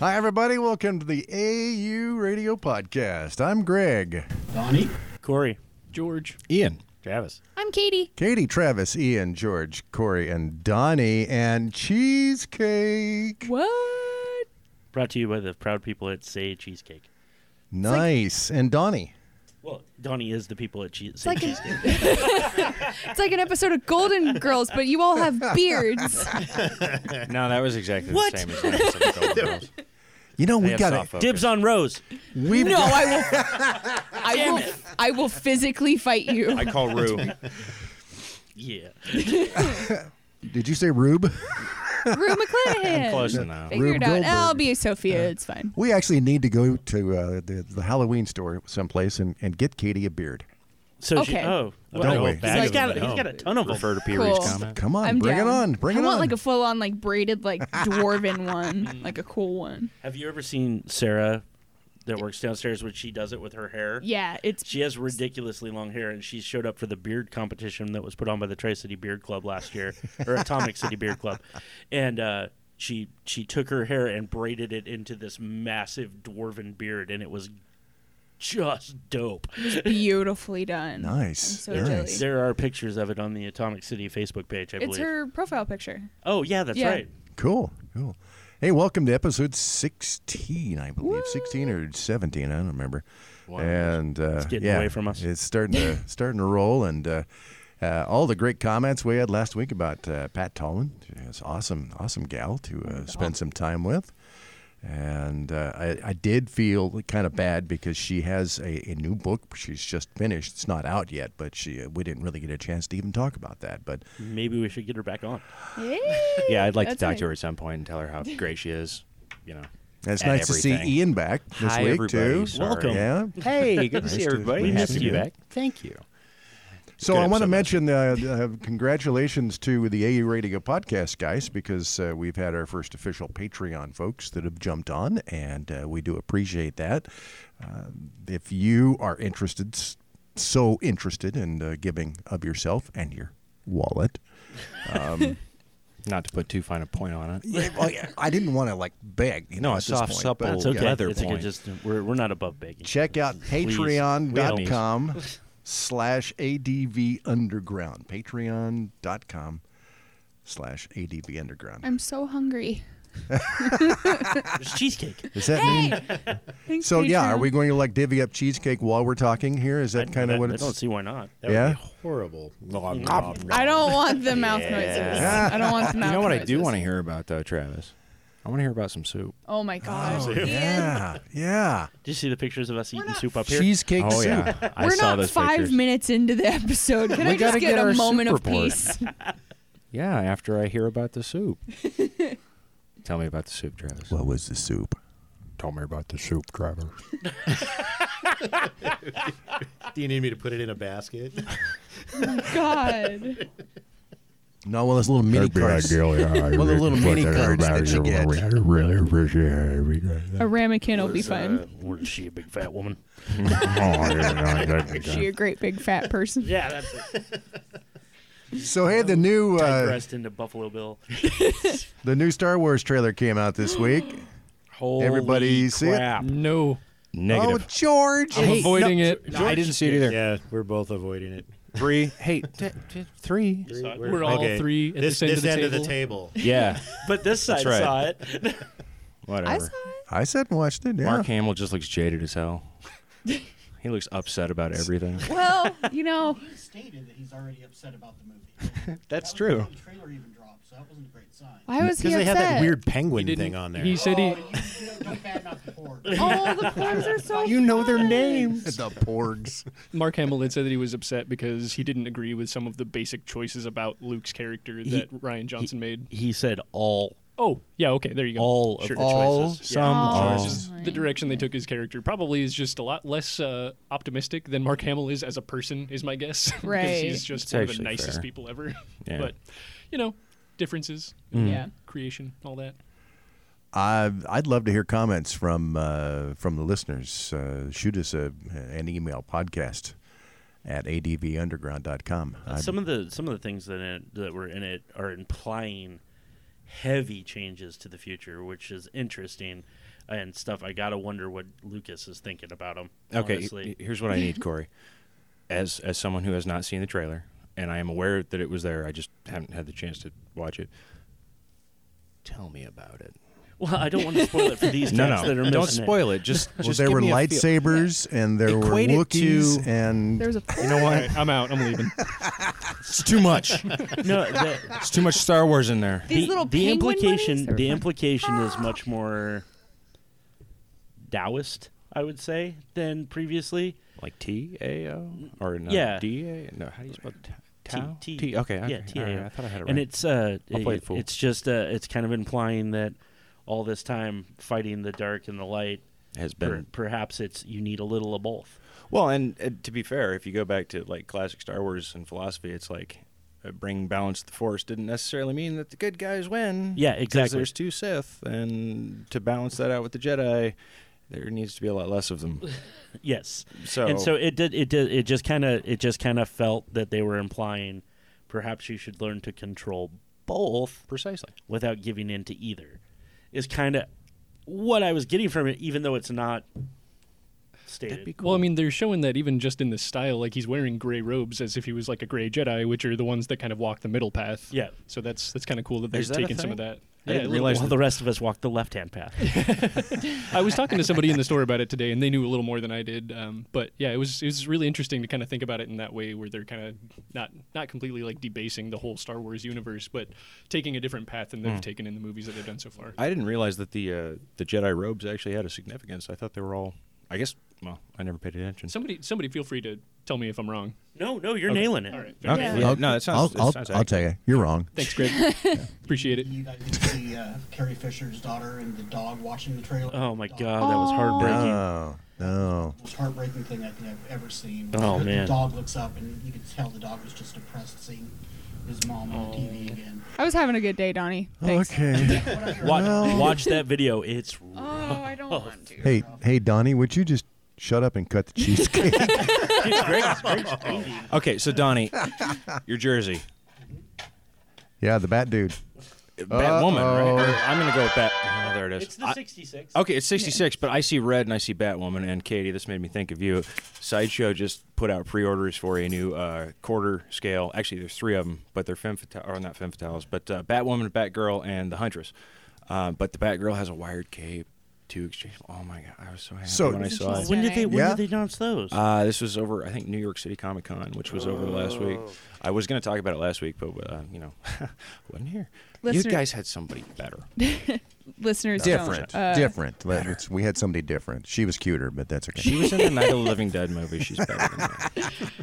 Hi, everybody. Welcome to the AU Radio Podcast. I'm Greg. Donnie? Corey, George. Ian. Travis. I'm Katie. Katie, Travis, Ian, George, Corey, and Donnie, and cheesecake. What? Brought to you by the proud people at Say Cheesecake. Nice. and Donnie. Well, Donnie is the people at che- Say like an- Cheesecake. It's like an episode of Golden Girls, but you all have beards. No, that was exactly What? the same as last episode. You know, They we have got soft it. focus. Dibs on Rose. We've No, got, I will. I will. I will physically fight you. I call Rue. Yeah. Did you say Rube? Rue McClanahan. Close enough. Figure Rube it out. Goldberg. I'll be a Sophia. It's fine. We actually need to go to uh, the, the Halloween store someplace and, and get Katie a beard. So she. Okay. Oh, well, Don't a whole we? bag He's of got- them. he's got a ton of them. Refer to P. Cool. Reed's comment. Come on, I'm bring down. it on. Bring I it want on. like a full-on like braided like dwarven one, like a cool one. Have you ever seen Sarah that works downstairs when she does it with her hair? Yeah, it's She has ridiculously long hair, and she showed up for the beard competition that was put on by the Tri City Beard Club last year, or Atomic City Beard Club, and uh, she she took her hair and braided it into this massive dwarven beard, and it was just dope. beautifully done. nice. so nice. jelly. There are pictures of it on the Atomic City Facebook page, I believe. It's her profile picture. Oh yeah, that's Yeah. right. Cool, cool. Hey, welcome to episode 16, I believe. 16 or 17, I don't remember. Wow. And uh, it's getting yeah, away from us. It's starting to starting to roll, and uh, uh, all the great comments we had last week about uh, Pat Tallman. She's awesome, awesome gal to Oh, uh, spend some time with. And uh, I, I did feel kind of bad because she has a, a new book she's just finished. It's not out yet, but she uh, we didn't really get a chance to even talk about that. But Maybe we should get her back on. Yeah, I'd like to That's talk right. to her at some point and tell her how great she is. You know. it's at nice to everything. see Ian back this Hi, week everybody. too. Sorry. Welcome. Yeah, Hey, good to Nice see to- everybody. we Happy missed to you. be back. Thank you. So Good I want to episode, mention uh, uh, congratulations to the AU Radio Podcast guys because uh, we've had our first official Patreon folks that have jumped on, and uh, we do appreciate that. Uh, if you are interested, s- so interested in uh, giving of yourself and your wallet, Not to put too fine a point on it. Yeah, well, yeah, I didn't want to like beg. You No, know, a at this soft, point, supple but That's okay. leather it's okay, point. Just we're, we're not above baking. Check out Please. We patreon.com slash ADV underground. Patreon.com slash ADV underground. I'm so hungry. There's cheesecake. Does that mean? Thanks, So yeah, are Patreon. we going to like divvy up cheesecake while we're talking here? Is that I- kind I- of what I it's? don't see why not. That would Yeah? be horrible. I don't want the mouth noises. I don't want the mouth You know what I do noises. want to hear about though, Travis? I want to hear about some soup. Oh my gosh. Oh, Ian, yeah, yeah. Did you see the pictures of us eating soup up here? Cheesecake Oh soup. yeah, I We're saw not those five pictures. minutes into the episode. Can We I just gotta get, get a our moment soup of report. peace? Yeah, after I hear about the soup. Tell me about the soup, Travis. What was the soup? Tell me about the soup, Travis. Do you need me to put it in a basket? God. No, well, it's a little mini carts. Well, the little mini carts that you get. really appreciate it. A ramekin will be Uh, fun. or is she a big fat woman? Is she a great big fat person? Yeah, that's it. So hey, the new uh, Digressed into Buffalo Bill. the new Star Wars trailer came out this week. Everybody see it? No. Oh, Negative. Oh. George! I'm Hey, avoiding it. I didn't see it either. Yeah, we're both avoiding it. Three. Hey, t- t- three. We're, all three at the this, same this to the end of the table. Yeah. But this side right. saw it. Whatever. I saw I sat and watched it. Yeah. Mark Hamill just looks jaded as hell. he looks upset about everything. it. Well, you know, He stated that he's already upset about the movie. That's That was before The trailer even dropped, so that wasn't a great sign. why was he they upset? had that weird penguin thing on there. He said Oh, he. you- You know, don't badmouth the board. oh, the porgs are so fun. the Porgs. Mark Hamill had said that he was upset because he didn't agree with some of the basic choices about Luke's character He- that Ryan Johnson made. He said all Oh, yeah, okay, there you go. all of Sure. the All choices. some Oh. Which choices. is the direction they took his character probably is just a lot less uh, optimistic than Mark Hamill is as a person, is my guess. because Right. he's just It's one of the actually nicest fair. people ever. Yeah. Mm. But, you know, differences, Yeah. creation, all that. i I'd love to hear comments from uh, from the listeners. Uh, shoot us a, an email podcast at advunderground.com. Uh, Some of the some of the things that in, that were in it are implying heavy changes to the future, which is interesting and stuff. I gotta wonder what Lucas is thinking about them. Okay, he- honestly. here's what I need, Corey. As as someone who has not seen the trailer, and I am aware that it was there, I just haven't had the chance to watch it. Tell me about it. well, I don't want to spoil it for these No, guys no, that are don't missing it. spoil it. Just, Well, just there give were me a feel. lightsabers and there were Equate it to- Wookiees and There was a You know what? I'm out. I'm leaving. It's too much. No, the, It's too much Star Wars in there. these the, little the penguin implication bunnies? They were the fun. Ah. implication is much more Taoist, I would say, than previously. Like T A O or no? Yeah. D A. No, how do you spell t- T- tau? T- Okay. okay. yeah, T A O. All right, I thought I had it right. And it's uh, I'll play it- it fool. it's just uh, it's kind of implying that all this time fighting the dark and the light, has per- been perhaps it's you need a little of both. Well, and uh, to be fair, if you go back to like classic Star Wars and philosophy, it's like uh, bring balance to the Force didn't necessarily mean that the good guys win. Yeah, 'Cause exactly. There's two Sith, and to balance that out with the Jedi, there needs to be a lot less of them. Yes. So, and so it did it did it just kind of it just kind of felt that they were implying perhaps you should learn to control both precisely. without giving in to either is kind of what I was getting from it, even though it's not stated. That'd be Well, I mean, they're showing that even just in this style, like he's wearing gray robes as if he was like a gray Jedi, which are the ones that kind of walk the middle path. Yeah. So that's that's kind of cool that they're Is that a taking some of thing? that. I didn't a little realize bit. While the rest of us walk the left hand path. I was talking to somebody in the store about it today, and they knew a little more than I did. Um, but yeah, it was it was really interesting to kind of think about it in that way, where they're kind of not not completely like debasing the whole Star Wars universe, but taking a different path than they've taken in the movies that they've done so far. Hmm. I didn't realize that the uh, the Jedi robes actually had a significance. I thought they were all. I guess. Well, I never paid attention. Somebody somebody feel free to tell me if I'm wrong. no, no, you're nailing it. All right, fair Okay, enough. Yeah. yeah, no, that sounds. I'll, that sounds I'll, I'll tell you, you're wrong. Thanks, Greg. Appreciate it. You, I did see uh, Carrie Fisher's daughter and the dog watching the trailer. Oh my Dog. god, that was heartbreaking. No, no. Most heartbreaking thing I think I've ever seen. Oh, the man. dog looks up and you could tell the dog was just depressed seeing his mom Oh. on TV again. I was having a good day, Donnie. Thanks. Okay. Watch, Well- watch that video. It's Oh, I don't want to. hey, hey, Donnie, would you just shut up and cut the cheesecake? Okay, so Donnie, your jersey, yeah, the bat dude. Batwoman, right? I'm gonna go with that. Oh, there it is. it's the I- 66. Okay, it's 66, but I see red and I see Batwoman. And Katie, this made me think of you. Sideshow just put out pre orders for a new uh, quarter scale. Actually, there's three of them, but they're femme fatale, or not femme fatales, but uh, Batwoman, Batgirl, and the Huntress. Um, but the Batgirl has a wired cape, two exchange. Oh my God, I was so happy So- when I Isn't saw she it. When did they when Yeah. did they announce those? Uh, this was over, I think, New York City Comic Con, which was over last week. Oh. I was going to talk about it last week, but, uh, you know, wasn't here. Listener- You guys had somebody better. Listeners Different, don't. uh, different. Let- it's- we had somebody different. She was cuter, but that's okay. She was in the Night of the Living Dead movie. She's better than me.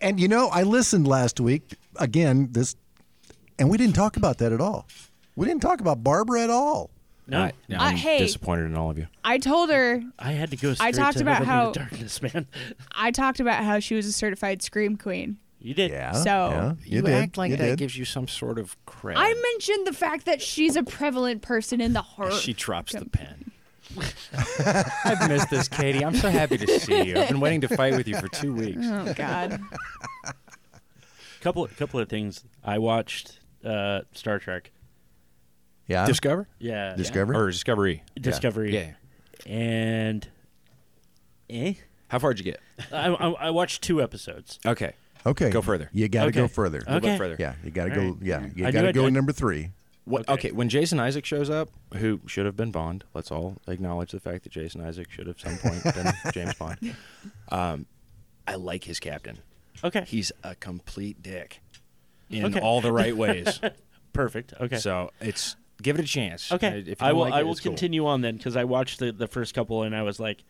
And you know, I listened last week again. This, and we didn't talk about that at all. We didn't talk about Barbara at all. no, I, Uh, am hey. disappointed in all of you. I told her I had to go. Straight talked to about Living in how- the darkness, man. I talked about how she was a certified scream queen. You did. Yeah. So- yeah, you, did. you did. gives you some sort of credit. I mentioned the fact that she's a prevalent person in the horror. She drops the pen. I've missed this, Katie. I'm so happy to see you. I've been waiting to fight with you for two weeks. oh God. Couple couple of things. I watched uh, Star Trek. yeah. Discover E. Yeah. Discovery. or Discovery? Discovery. And eh. How far would you get? I, I, I watched two episodes. Okay. Okay. Go further. You got to Okay. go further. A little bit Okay. further. Yeah, you got to All go. right. Yeah, I you knew got to I'd- go I'd- number three. What, Okay. okay. When Jason Isaac shows up, who should have been Bond, let's all acknowledge the fact that Jason Isaac should have some point been James Bond. Um, I like his captain. Okay. He's a complete dick in Okay. all the right ways. Perfect. Okay. So it's give it a chance. Uh, okay. if you I don't will. like I it, will it's cool. continue on then because I watched the, the first couple and I was like,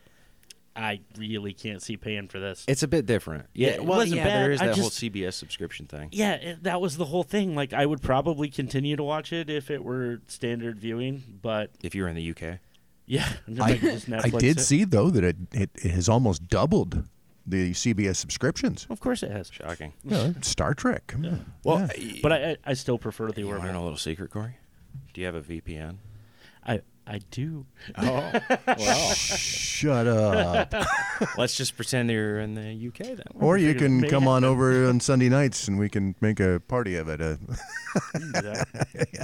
I really can't see paying for this. It's a bit different. Yeah. it well, wasn't yeah. bad. There is I that whole just- CBS subscription thing. yeah, it, that was the whole thing. Like, I would probably continue to watch it if it were standard viewing, but If you're in the UK, yeah, I, just I Netflix did it. see though that it, it, it has almost doubled the CBS subscriptions. Of course, it has. shocking. Yeah, Star Trek. Come on. Well, Yeah. But I, I, I still prefer the you want to Orville. know a little secret, Corey? Do you have a VPN? I I do. Oh, well. Shut up. Let's just pretend you're in the UK then. or you Figure can it come may on over on Sunday nights and we can make a party of it. Uh,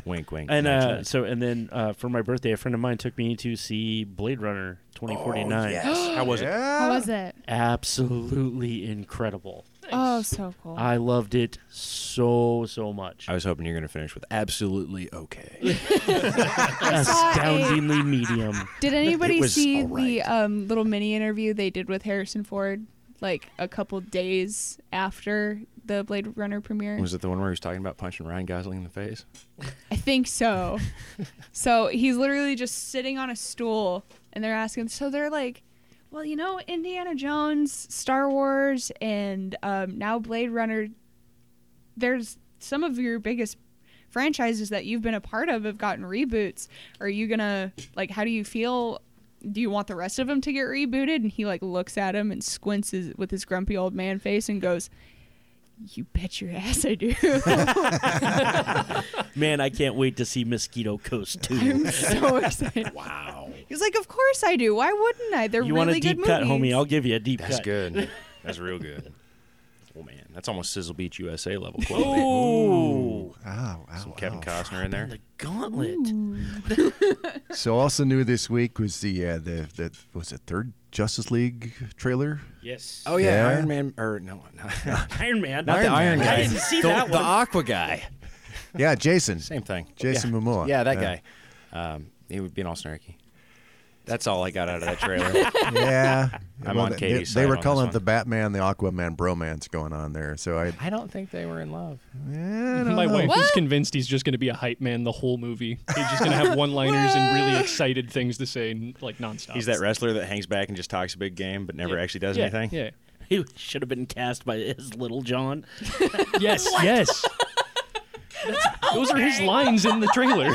Wink, wink. And nudge, uh, nudge. so, and then uh, for my birthday, a friend of mine took me to see Blade Runner 2049. how was it? How was it? Absolutely incredible. Oh, so cool. Uh, I loved it so so much. I was hoping you're going to finish with absolutely okay. saw a- Astoundingly medium. Did anybody was see all the um, little mini interview they did with Harrison Ford like a couple days after the Blade Runner premiere? was it the one where he was talking about punching Ryan Gosling in the face? I think so. so he's literally just sitting on a stool and they're asking, so they're like, well, you know, Indiana Jones, Star Wars, and um, now Blade Runner, there's some of your biggest franchises that you've been a part of have gotten reboots. Are you gonna, like, how do you feel? Do you want the rest of them to get rebooted? And he, like, looks at him and squints his, with his grumpy old man face and goes, you bet your ass I do. Man, I can't wait to see Mosquito Coast 2. I'm so excited. Wow. He's like, of course I do. Why wouldn't I? They're you want really a deep good cut, movies. homie? I'll give you a deep That's cut. good. That's real good. Oh man, that's almost Sizzle Beach USA level quality. Oh, Ow, ow, Some Kevin ow. Costner in there. the gauntlet. So also new this week was the uh, the the was it third Justice League trailer? Yes. Oh Yeah. yeah, Iron Man or no, not, not Uh, Iron Man. the Iron Guy. I didn't see the, that The one. Aqua guy. Yeah, Jason. Same thing. Jason yeah. Momoa. Yeah, that Yeah. guy. Um, he was being all snarky. That's all I got out of that trailer. Yeah, I'm on they- Katie's They, side were on calling this it the Batman, the Aquaman bromance going on there. So I, I don't think they were in love. My wife is What? convinced he's just going to be a hype man the whole movie. He's just going to have one-liners and really excited things to say, n- like nonstop. He's that wrestler that hangs back and just talks a big game, but never actually does yeah, anything. Yeah. He should have been cast by his Little John. Yes. yes. That's- Those are his lines in the trailer.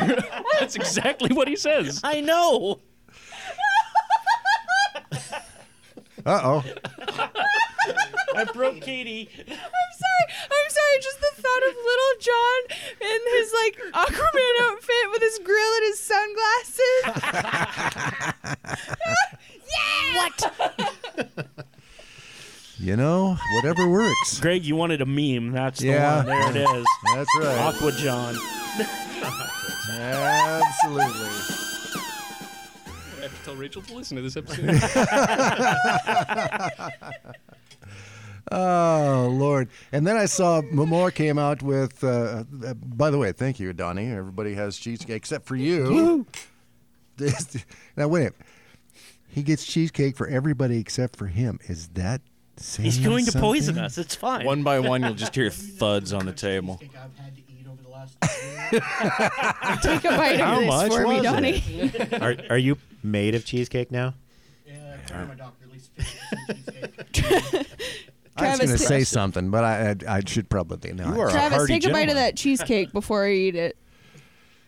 That's exactly what he says. I know. uh oh, I broke Katie. I'm sorry. I'm sorry. Just the thought of little John in his like Aquaman outfit with his grill and his sunglasses. you know whatever works. Greg, you wanted a meme. That's the Yeah. one. There it is. That's right. Aqua John. Absolutely. I have to tell Rachel to listen to this episode. Oh Lord! And then I saw Momoa came out with. Uh, uh, by the way, thank you, Donnie. Everybody has cheesecake except for you. This- now wait. a minute. He gets cheesecake for everybody except for him. Is that? He's saying going to poison something? us. It's fine. One by one, you'll just hear thuds on the table. Cheesecake I've had to eat over the last year. Take a bite How of this much for was me, it? Donnie. Are, are you made of cheesecake now? Yeah, I told my doctor at least 50% cheesecake. I was Travis, going to t- say something, but I, I I should probably not. You are a Travis, hardy take a bite of gentleman. that cheesecake before I eat it.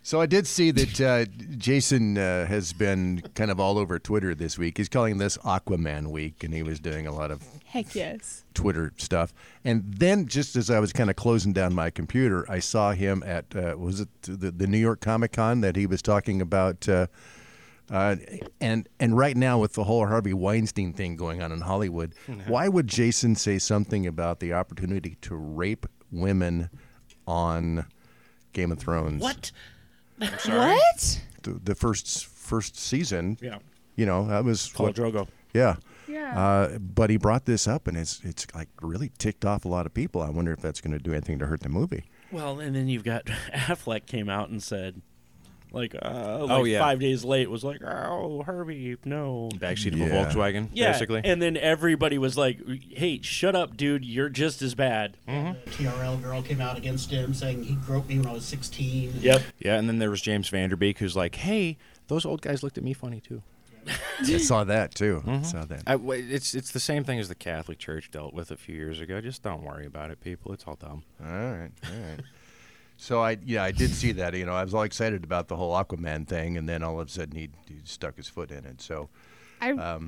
So I did see that uh, Jason uh, has been kind of all over Twitter this week. He's calling this Aquaman Week, and he was doing a lot of Heck yes. Twitter stuff. And then, just as I was kind of closing down my computer, I saw him at uh, was it the, the New York Comic Con that he was talking about. Uh, uh, and and right now with the whole Harvey Weinstein thing going on in Hollywood, why would Jason say something about the opportunity to rape women on Game of Thrones? What? What? the, the first first season. Yeah. You know that was Paul what- Drogo. Yeah. Yeah. Uh, but he brought this up, and it's it's like really ticked off a lot of people. I wonder if that's going to do anything to hurt the movie. Well, and then you've got Affleck came out and said, like, uh, like Oh, yeah. five days late was like, oh, Herbie, no. Backseat of Yeah. a Volkswagen, Yeah, basically. and then everybody was like, "Hey, shut up, dude! You're just as bad." TRL girl came out against him saying he groped me when I was 16. Yep. yeah, and then there was James Vanderbeek, who's like, "Hey, those old guys looked at me funny too." I saw that too. I saw that. I, w- it's it's the same thing as the Catholic Church dealt with a few years ago. Just don't worry about it, people. It's all dumb. All right, all right. Uh, So I yeah I did see that. You know I was all excited about the whole Aquaman thing, and then all of a sudden he, he stuck his foot in it. So I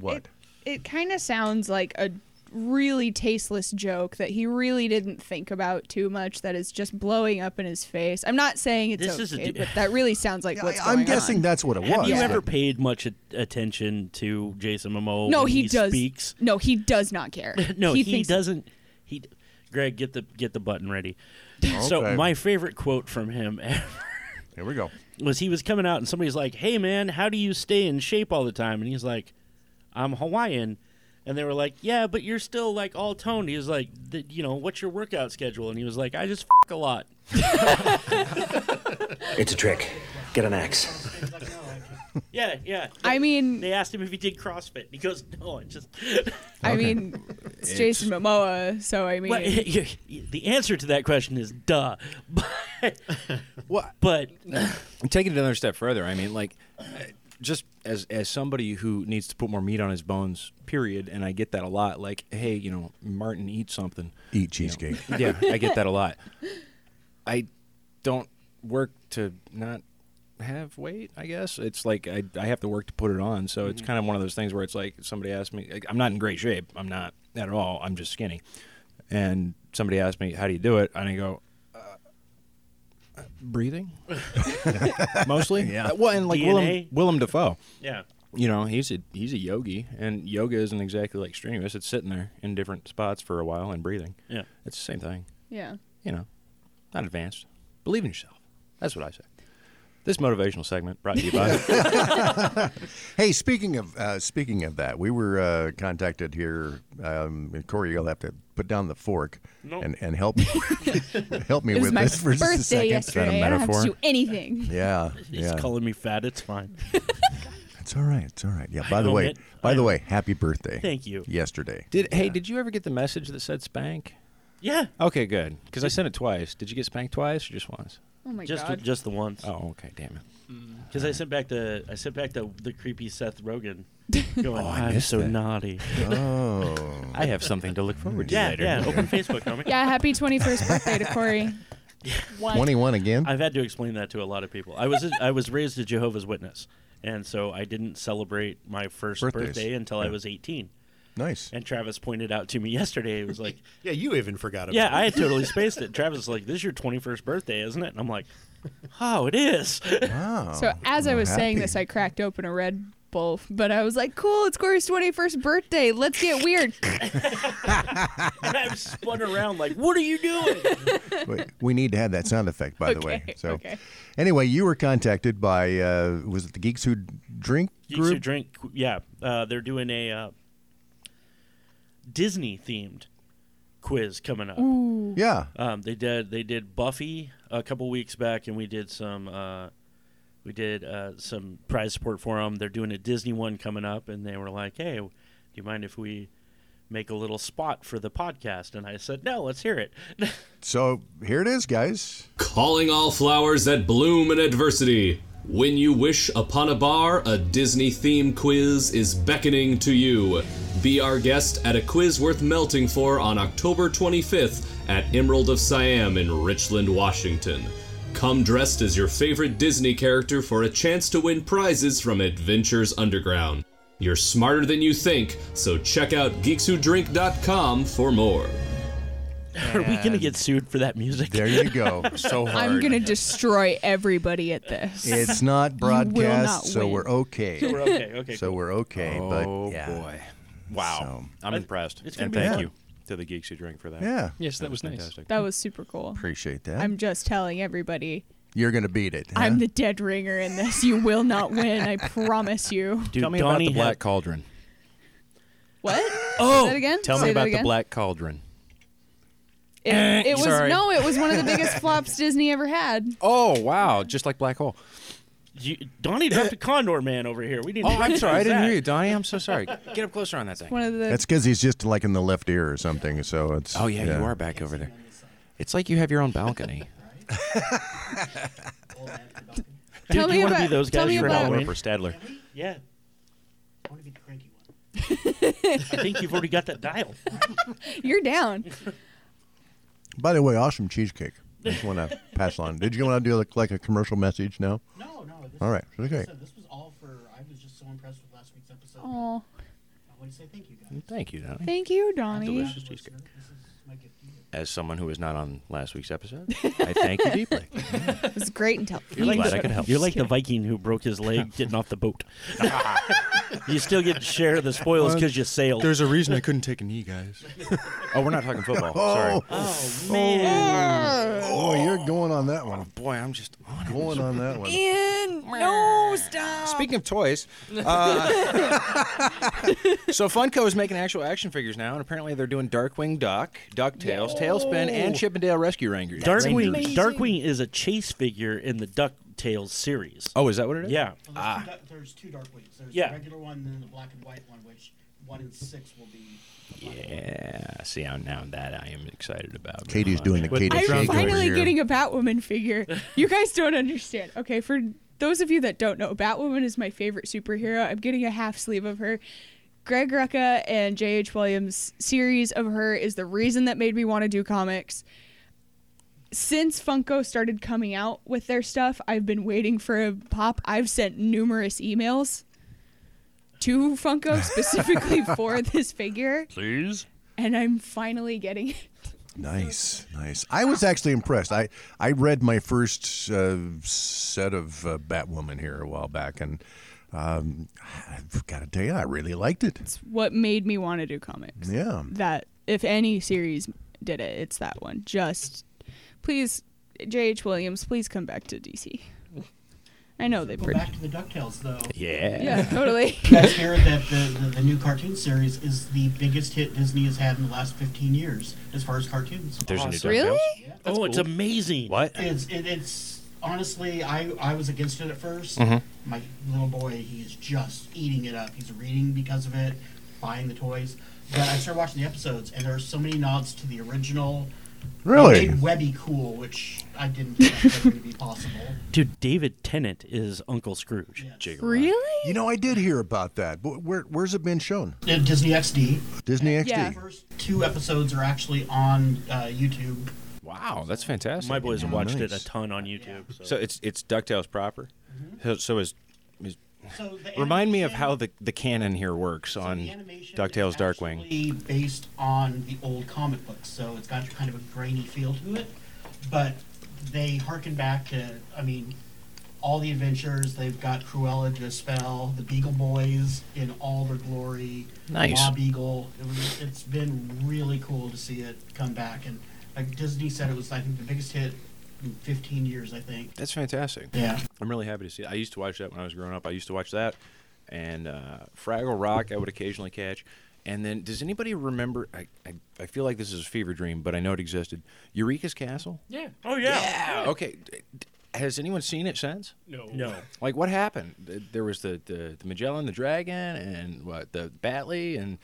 what? It kind of sounds like a really tasteless joke that he really didn't think about too much that is just blowing up in his face. I'm not saying it's This is a okay, d- but that really sounds like what's I, am going guessing on. that's what it was. Have you but- ever paid much a- attention to Jason Momoa? No, when he, he does. Speaks? No, he does not care. no, he, thinks- doesn't. He, Greg, get the get the button ready. Okay. So my favorite quote from him Here we go. was he was coming out and somebody's like, "Hey man, how do you stay in shape all the time?" And he's like, "I'm Hawaiian." And they were like, "Yeah, but you're still like all toned." He was like, "Th- "You know, what's your workout schedule?" And he was like, "I just f- a lot." It's a trick. Get an axe. Yeah, yeah. I mean, They asked him if he did CrossFit. And he goes, "No, I just." I mean, it's Jason Momoa, so I mean, Well, the answer to that question is duh. But, What? but And taking it another step further, I mean, like, uh, just as as somebody who needs to put more meat on his bones, period, and I get that a lot. Like, hey, you know, Martin, eat something. Eat cheesecake. yeah, I get that a lot. I don't work to not have weight. I guess it's like I I have to work to put it on. So it's kind of one of those things where it's like somebody asked me, like, I'm not in great shape. I'm not at all. I'm just skinny. And somebody asked me, how do you do it? And I go. Uh, uh, breathing, mostly. Yeah. Uh, well, and like DNA? Willem, Willem Dafoe yeah. you know he's a he's a yogi and yoga isn't exactly like strenuous it's sitting there in different spots for a while and breathing Yeah. it's the same thing yeah. you know not advanced believe in yourself that's what i say this motivational segment brought to you by Hey, speaking of uh, speaking of that, we were uh, contacted here. Um, and Corey, you'll have to put down the fork and, and help help me It was with my this for just a birthday second. yesterday. I don't have to metaphor? do anything. Yeah, He's yeah. calling me fat. It's fine. It's all right. It's all right. Yeah. By the own way, it. by the I- way, happy birthday. Thank you. Yesterday. did hey did you ever get the message that said spank Yeah. okay good because i sent it twice did you get spanked twice or just once Oh my Just god. just the once. oh okay damn it Because I sent back the I sent back the the creepy Seth Rogen going, I I'm missed so that." naughty. Oh. i have something to look forward to yeah, later yeah. Open Facebook, homie. yeah, happy 21st birthday to Corey. What? 21 again? I've had to explain that to a lot of people. I was I was raised a Jehovah's Witness, and so I didn't celebrate my first Birthdays. birthday until I Yeah. was 18. nice. And Travis pointed out to me yesterday. He was like, Yeah, you even forgot about "Yeah, I it. had totally spaced it." Travis was like, "This is your 21st birthday, isn't it?" And I'm like, "Oh, it is." Wow. So as I Oh, I'm was saying happy. this, I cracked open a Red Bull, but I was like, "Cool, it's Corey's twenty-first birthday. Let's get weird." and I was spun around like, "What are you doing?" Wait, we need to have that sound effect, by the way. Okay, So, okay. anyway, you were contacted by uh, was it the Geeks Who Drink Geeks group? Who Drink, yeah, uh, they're doing a uh, Disney themed quiz coming up. Yeah. Um, they did they did Buffy a couple weeks back, and we did some uh, we did uh, some prize support for them. They're doing a Disney one coming up, and they were like, "Hey, do you mind if we?" Make a little spot for the podcast, and I said, "No, let's hear it." So here it is, guys. Calling all flowers that bloom in adversity. When you wish upon a bar, a Disney theme quiz is beckoning to you. Be our guest at a quiz worth melting for on October 25th at Emerald of Siam in Richland, Washington. Come dressed as your favorite Disney character for a chance to win prizes from Adventures Underground. You're smarter than you think, so check out geekswhodrink.com for more. Are we going to get sued for that music? There you go. so I'm gonna destroy everybody at this. It's not broadcast, not so win. we're okay. We're okay. Okay. so cool. we're okay. oh but yeah. boy wow i'm impressed it's gonna and be thank fun. you to the geeks who drink for that Yeah. Yes, that was nice. fantastic That was super cool. Appreciate that. I'm just telling everybody, You're gonna beat it. huh? I'm the dead ringer in this. You will not win. I promise you. Dude, Tell me Donnie about the had- Black Cauldron. What? Oh, Say that again. Tell Say me that about the again. Black Cauldron. It, it was Sorry. no. It was one of the biggest flops Disney ever had. Oh wow, just like Black Hole. You, Donnie dropped a condor man over here. We didn't. Oh, I'm sorry, I didn't that. hear you, Donnie. I'm so sorry. Get up closer on that thing. One of the That's because he's just like in the left ear or something. So it's. Oh yeah, you are back over there. It's like you have your own balcony. Dude, Tell you me wanna about- be those tell guys me for about- Halloween? Stadler. Yeah, I want to be the cranky one. I think you've already got that dialed. you're down. By the way, awesome cheesecake. I just want to pass on. Did you want to do like, like a commercial message now? No, no. This All right, Is, like I okay. said, this was all for. I was just so impressed with last week's episode. Oh, I want to say thank you guys. Thank you, Donnie. Thank you, Donnie. Delicious cheesecake. This is my gift to you. As someone who was not on last week's episode, I thank you deeply. It was great until You're like glad I could help. You're like the Viking who broke his leg getting off the boat. you still get to share the spoils because you sailed. There's a reason I couldn't take a knee, guys. Oh, we're not talking football. Sorry. oh man! Oh, you're going on that one. Boy, I'm just on it. Going on that one. in. No, stop. Speaking of toys, uh, so Funko is making actual action figures now, and apparently they're doing Darkwing Duck, DuckTales, Tailspin, and Chippendale Rescue Rangers. Darkwing, Darkwing is a chase figure in the Ducktales series. Oh, is that what it is? Yeah, Well, there's, two, dark- there's two dark wings. There's Yeah. the regular one and then the black and white one, which one in six will be. the black and white. Yeah. See, I'm now that I am excited about. Katie's doing the With- Katie I'm shake over finally here. getting a Batwoman figure. You guys don't understand. Okay, for those of you that don't know, Batwoman is my favorite superhero. I'm getting a half sleeve of her. Greg Rucka and J.H. Williams' series of her is the reason that made me want to do comics. Since Funko started coming out with their stuff, I've been waiting for a pop. I've sent numerous emails to Funko specifically for this figure, please. and I'm finally getting it. Nice, nice. I was actually impressed. I I read my first uh, set of uh, Batwoman here a while back, and um, I've got to tell you, I really liked it. It's what made me want to do comics. Yeah. that if any series did it, it's that one. Just please, J.H. Williams, please come back to DC. I know they Go pretty. back to the Ducktales though. Yeah. Yeah, totally. I'm scared that the, the, the new cartoon series is the biggest hit Disney has had in the last 15 years as far as cartoons. There's a Awesome. new DuckTales? Really? oh, it's amazing. What? It's it, it's honestly, I I was against it at 1st Mm-hmm. My little boy, he is just eating it up. He's reading because of it, buying the toys. But I started watching the episodes, and there are so many nods to the original. They Really? made Webby cool, which I didn't think was going to be possible. Dude, David Tennant is Uncle Scrooge. Really? You know, I did hear about that. But where where's it been shown? Uh, Disney XD. Disney XD. Yeah. First two episodes are actually on uh, YouTube. Wow, that's fantastic. My boys have watched it nice. a ton Mm-hmm. on YouTube. So. So it's it's Ducktales proper. So, so is, is So the remind me of animation- how the the canon here works so on the animation Ducktales is Darkwing. actually Based on the old comic books, so it's got kind of a grainy feel to it, but they harken back to, I mean, all the adventures. They've got Cruella de Spell, the Beagle Boys in all their glory. Nice. Mob Eagle. It was, it's been really cool to see it come back, and like Disney said, it was I think the biggest hit in 15 years. I think. That's fantastic. Yeah. I'm really happy to see. It. I used to watch that when I was growing up. I used to watch that and uh, Fraggle Rock. I would occasionally catch. And then, does anybody remember? I, I, I feel like this is a fever dream, but I know it existed. Eureka's Castle. Yeah. oh yeah. Okay. d- d- Has anyone seen it since? No. No. Like what happened? Th- There was the, the, the Magellan, the Dragon, and what the Batley and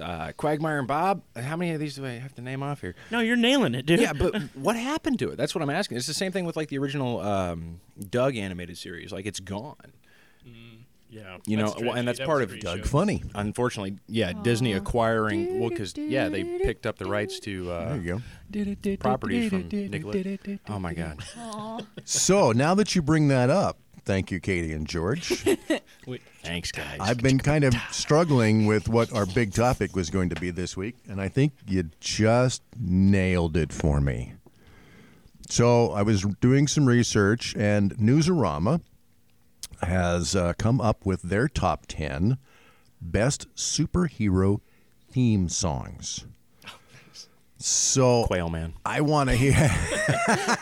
uh, Quagmire and Bob. How many of these do I have to name off here? No, you're nailing it, dude. Yeah, but what happened to it? That's what I'm asking. It's the same thing with like the original um, Doug animated series. Like it's gone. yeah. You That's know, well, tragedy. and that's That part was of a great Doug. show. Funny. Unfortunately, yeah, Disney acquiring well because yeah they picked up the rights to uh, There you go. properties from Nickelodeon. Oh my God, So now that you bring that up, thank you, Katie and George. Wait. thanks guys. I've been kind of struggling with what our big topic was going to be this week, and I think you just nailed it for me. So I was doing some research, and Newsarama has uh, come up with their top 10 best superhero theme songs. So Quail man. I want to hear.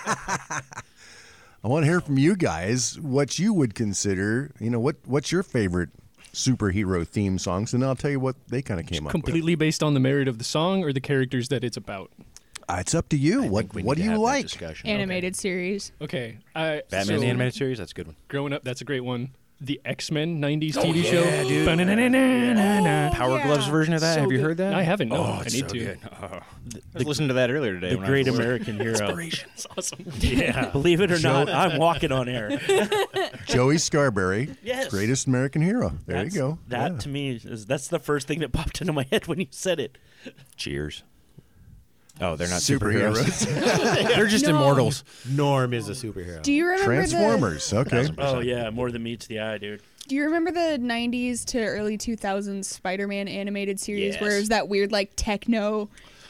I want to hear from you guys what you would consider. You know what what's your favorite superhero theme songs, and I'll tell you what they kind of came up with. Completely based on the merit of the song or the characters that it's about. Uh, It's up to you. I what think we what need do you to have that like? discussion. Okay. Animated series. Okay. I, Batman so, the animated series. That's a good one. Growing up, that's a great one. The X Men '90s Oh, TV show. Power yeah. Gloves version of that. Have you Oh, good. heard that? I haven't. No, Oh, I it's need so to. good. Oh. I was listening to that earlier today. The when I great was- American hero. It's awesome. Yeah. Believe it or not, I'm walking on air. Joey Scarberry, Yes. greatest American hero. There That's- you go. That Yeah. to me is that's the first thing that popped into my head when you said it. Cheers. Oh, they're not superheroes. superheroes. they're just No. immortals. Norm is a superhero. Do you remember Transformers. Okay. Oh yeah, more than meets the eye, dude. Do you remember the 90s to early 2000s Spider Man animated series where it Yes. was that weird, like, techno?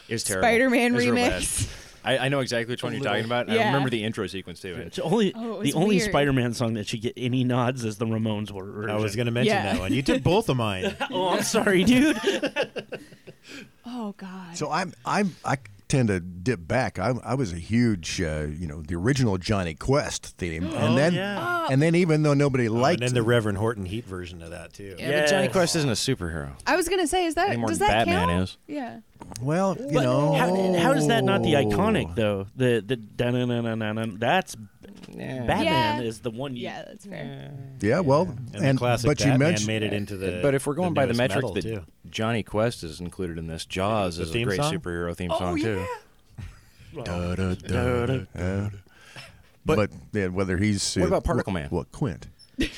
It was terrible. Spider-Man It was real bad. remix. I, I know exactly which one you're talking about. and I Yeah. remember the intro sequence too. It's only Oh, it the was only weird. Spider-Man song that should get any nods is the Ramones were. I was going to mention Yeah. that one. You took both of mine. Oh, I'm sorry, dude. Oh, God. So I'm I'm I tend to dip back. I, I was a huge, uh, you know, the original Johnny Quest theme, Oh, and then Oh, yeah. and then even though nobody and liked then the Reverend Horton Heat version of that too. Yeah. But Johnny Yes. Quest isn't a superhero. I was going to say, is that, Any more does than that Batman count? is. Yeah. well, you know, How, how is that not the Oh. iconic though? The the dun-dun-dun-dun-dun. that's Batman Yeah. is the one. You, Yeah, that's fair. Yeah, well, And, the classic but you Batman mentioned made it into Uh, the. But if we're going by the newest metric metal, that too. Johnny Quest is included in this, Jaws The is a theme great song? superhero theme song too. Da, da, da, da, da. But, yeah, whether he's What uh, about Particle wh- Man? What Quint? What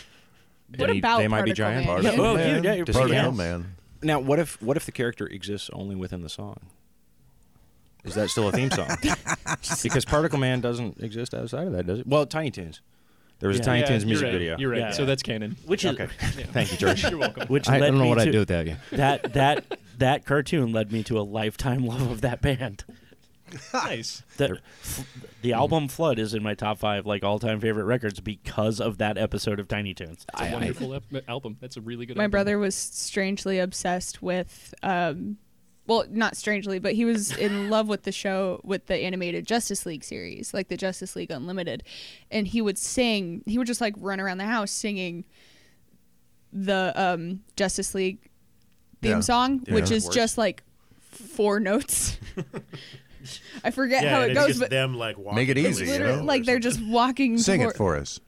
They- about they might be Particle giant Man? particles. Yeah, oh, dude, yeah, you're Does he Particle count? Man. Now, what if what if the character exists only within the song? Is that still a theme song? because Particle Man doesn't exist outside of that, does it? Well, Tiny Toons. There was Yeah. a Tiny Yeah, Toons you're music right, video. You're right. Yeah. So that's canon. Which is Thank you, George. You're welcome. which I led don't know me what to, I'd do without you. That that that cartoon led me to a lifetime love of that band. nice. The, f- the album Flood is in my top five like all time favorite records because of that episode of Tiny Toons. It's a wonderful ep- album. That's a really good. My album. brother was strangely obsessed with, um, well, not strangely, but he was in love with the show, with the animated Justice League series, like the Justice League Unlimited. And he would sing, he would just like run around the house singing the um, Justice League theme Yeah. song, which Yeah. is just like four notes. I forget yeah, how and it it's goes, just but them like walking Make it really easy, you literally, slow or like they're something. just walking. Sing toward- it for us.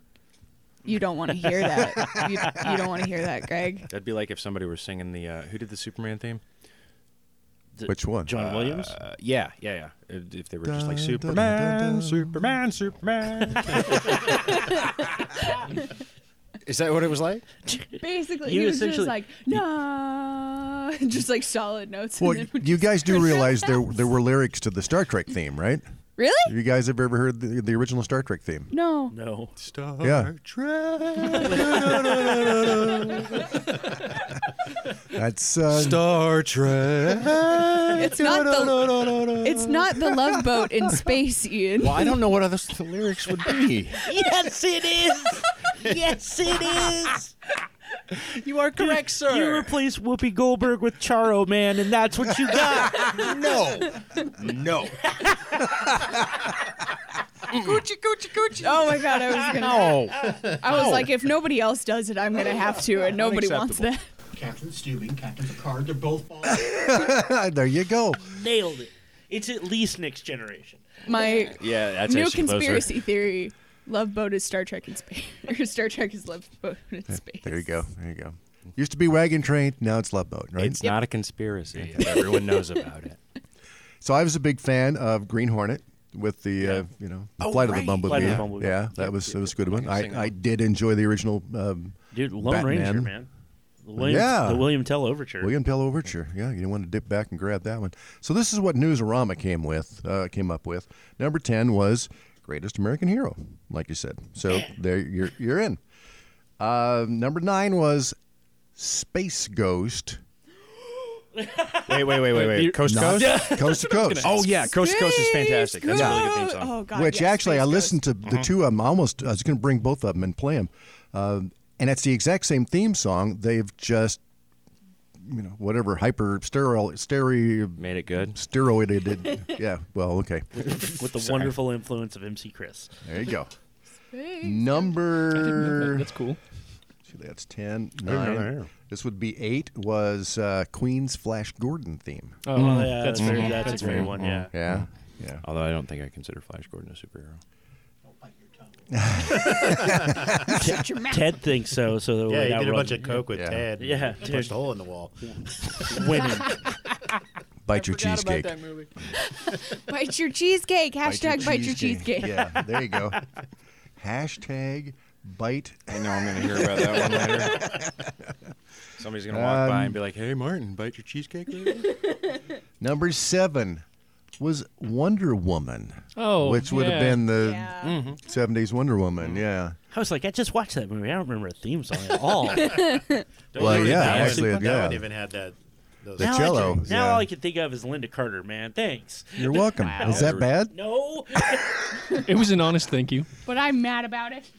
You don't want to hear that. you, you don't want to hear that, Greg. That'd be like if somebody were singing the uh, who did the Superman theme? The- Which one? John Williams. Uh, yeah, yeah, yeah. If if they were just like Dun, dun, Superman, dun, dun. Superman, Superman. Is that what it was like? Basically, You he was essentially- just like, no, just like solid notes. Well, and then, you guys do realize there there were lyrics to the Star Trek theme, right? really? You guys have ever heard the, the original Star Trek theme? No. no. Star Yeah. Trek. That's uh, Star Trek. It's not the it's not the love boat in space, Ian. Well, I don't know what other s- lyrics would be. Yes, it is. yes, it is. you are correct, sir. You replace Whoopi Goldberg with Charo Man, and that's what you got. no, no, Oh my god, I was gonna. no. I was like, if nobody else does it, I'm gonna have to, and nobody wants that. Captain Steubing, Captain Picard, they're both balls. there you go. Nailed it. It's at least next generation. My Yeah, that's new actually closer. conspiracy theory: love boat is Star Trek in space, or Star Trek is love boat in space. There you go. There you go. Used to be wagon train, now it's love boat, right? It's not a conspiracy. Everyone knows about it. So I was a big fan of Green Hornet with the uh, you know the flight of the bumblebee. Flight of the Bumblebee. Yeah, that was that was a good one. sing I, I did enjoy the original um, Dude, Lone Batman. Ranger, man. The William, Yeah. the William Tell Overture. William Tell Overture. Yeah, you want to dip back and grab that one. So this is what Newsarama came with uh, came up with. Number ten was Greatest American Hero, like you said. So there you're you're in. Uh, number nine was Space Ghost. Wait, wait, wait, wait, wait. Coast to Not- Coast. coast to coast. Oh yeah, Coast to Coast is fantastic. That's a really good theme Space Ghost. song. Oh god. which yes, actually I Space Ghost. listened to the two of them almost. I was going to bring both of them and play them, uh, and it's the exact same theme song. They've just, you know, whatever hyper stereo, stereo Made it good. steroided. it. yeah. Well, okay. with the wonderful influence of MC Chris. There you go. Space. I didn't know that. Number That's Mm. cool. see, that's ten. know that, Nine. yeah. This would be eight. Was uh, Queen's Flash Gordon theme? Oh, Oh, yeah, that's, mm-hmm. very, fair. that's, a fair. very one, yeah. Yeah. Yeah. Although I don't think I consider Flash Gordon a superhero. Don't bite your tongue. Shut your mouth. Ted thinks so, so that yeah, we're you not did a wrong. bunch of coke with Yeah. Ted. and Yeah, pushed dude. a hole in the wall. women. Bite your cheesecake. Bite your cheesecake. Bite Hashtag your bite your cheesecake. yeah. There you go. Hashtag bite I know I'm going to hear about that one later. Somebody's going to walk by and be like, "Hey, Martin, bite your cheesecake." Later? Number seven, was Wonder Woman. Oh, which would have yeah. been the Yeah. 70s Wonder Mm. Woman, yeah. I was like, I just watched that movie. I don't remember a theme song at all. Well, That yeah, one- actually, that yeah. one even had that. Those The now cello, I can, now yeah. all I can think of is Linda Carter. Man, thanks. You're welcome. Is that bad? No, It was an honest thank you. But I'm mad about it.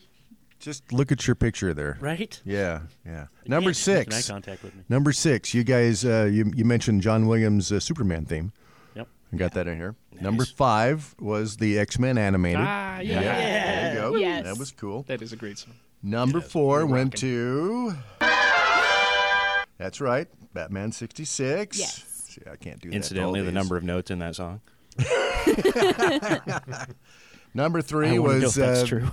Just look at your picture there. right? Yeah, yeah. They Number can't just make an six. Eye contact with me. Number six. You guys, uh, you you mentioned John Williams' uh, Superman theme. Yep. I got that in here. Number five was the X Men animated. Ah, yeah. There you go. Yes. That was cool. That is a great song. Number four went to. That's right, Batman '66. Yes. See, I can't do that. to all Incidentally, the these. number of notes in that song. Number three I wanna know if was that's uh, true.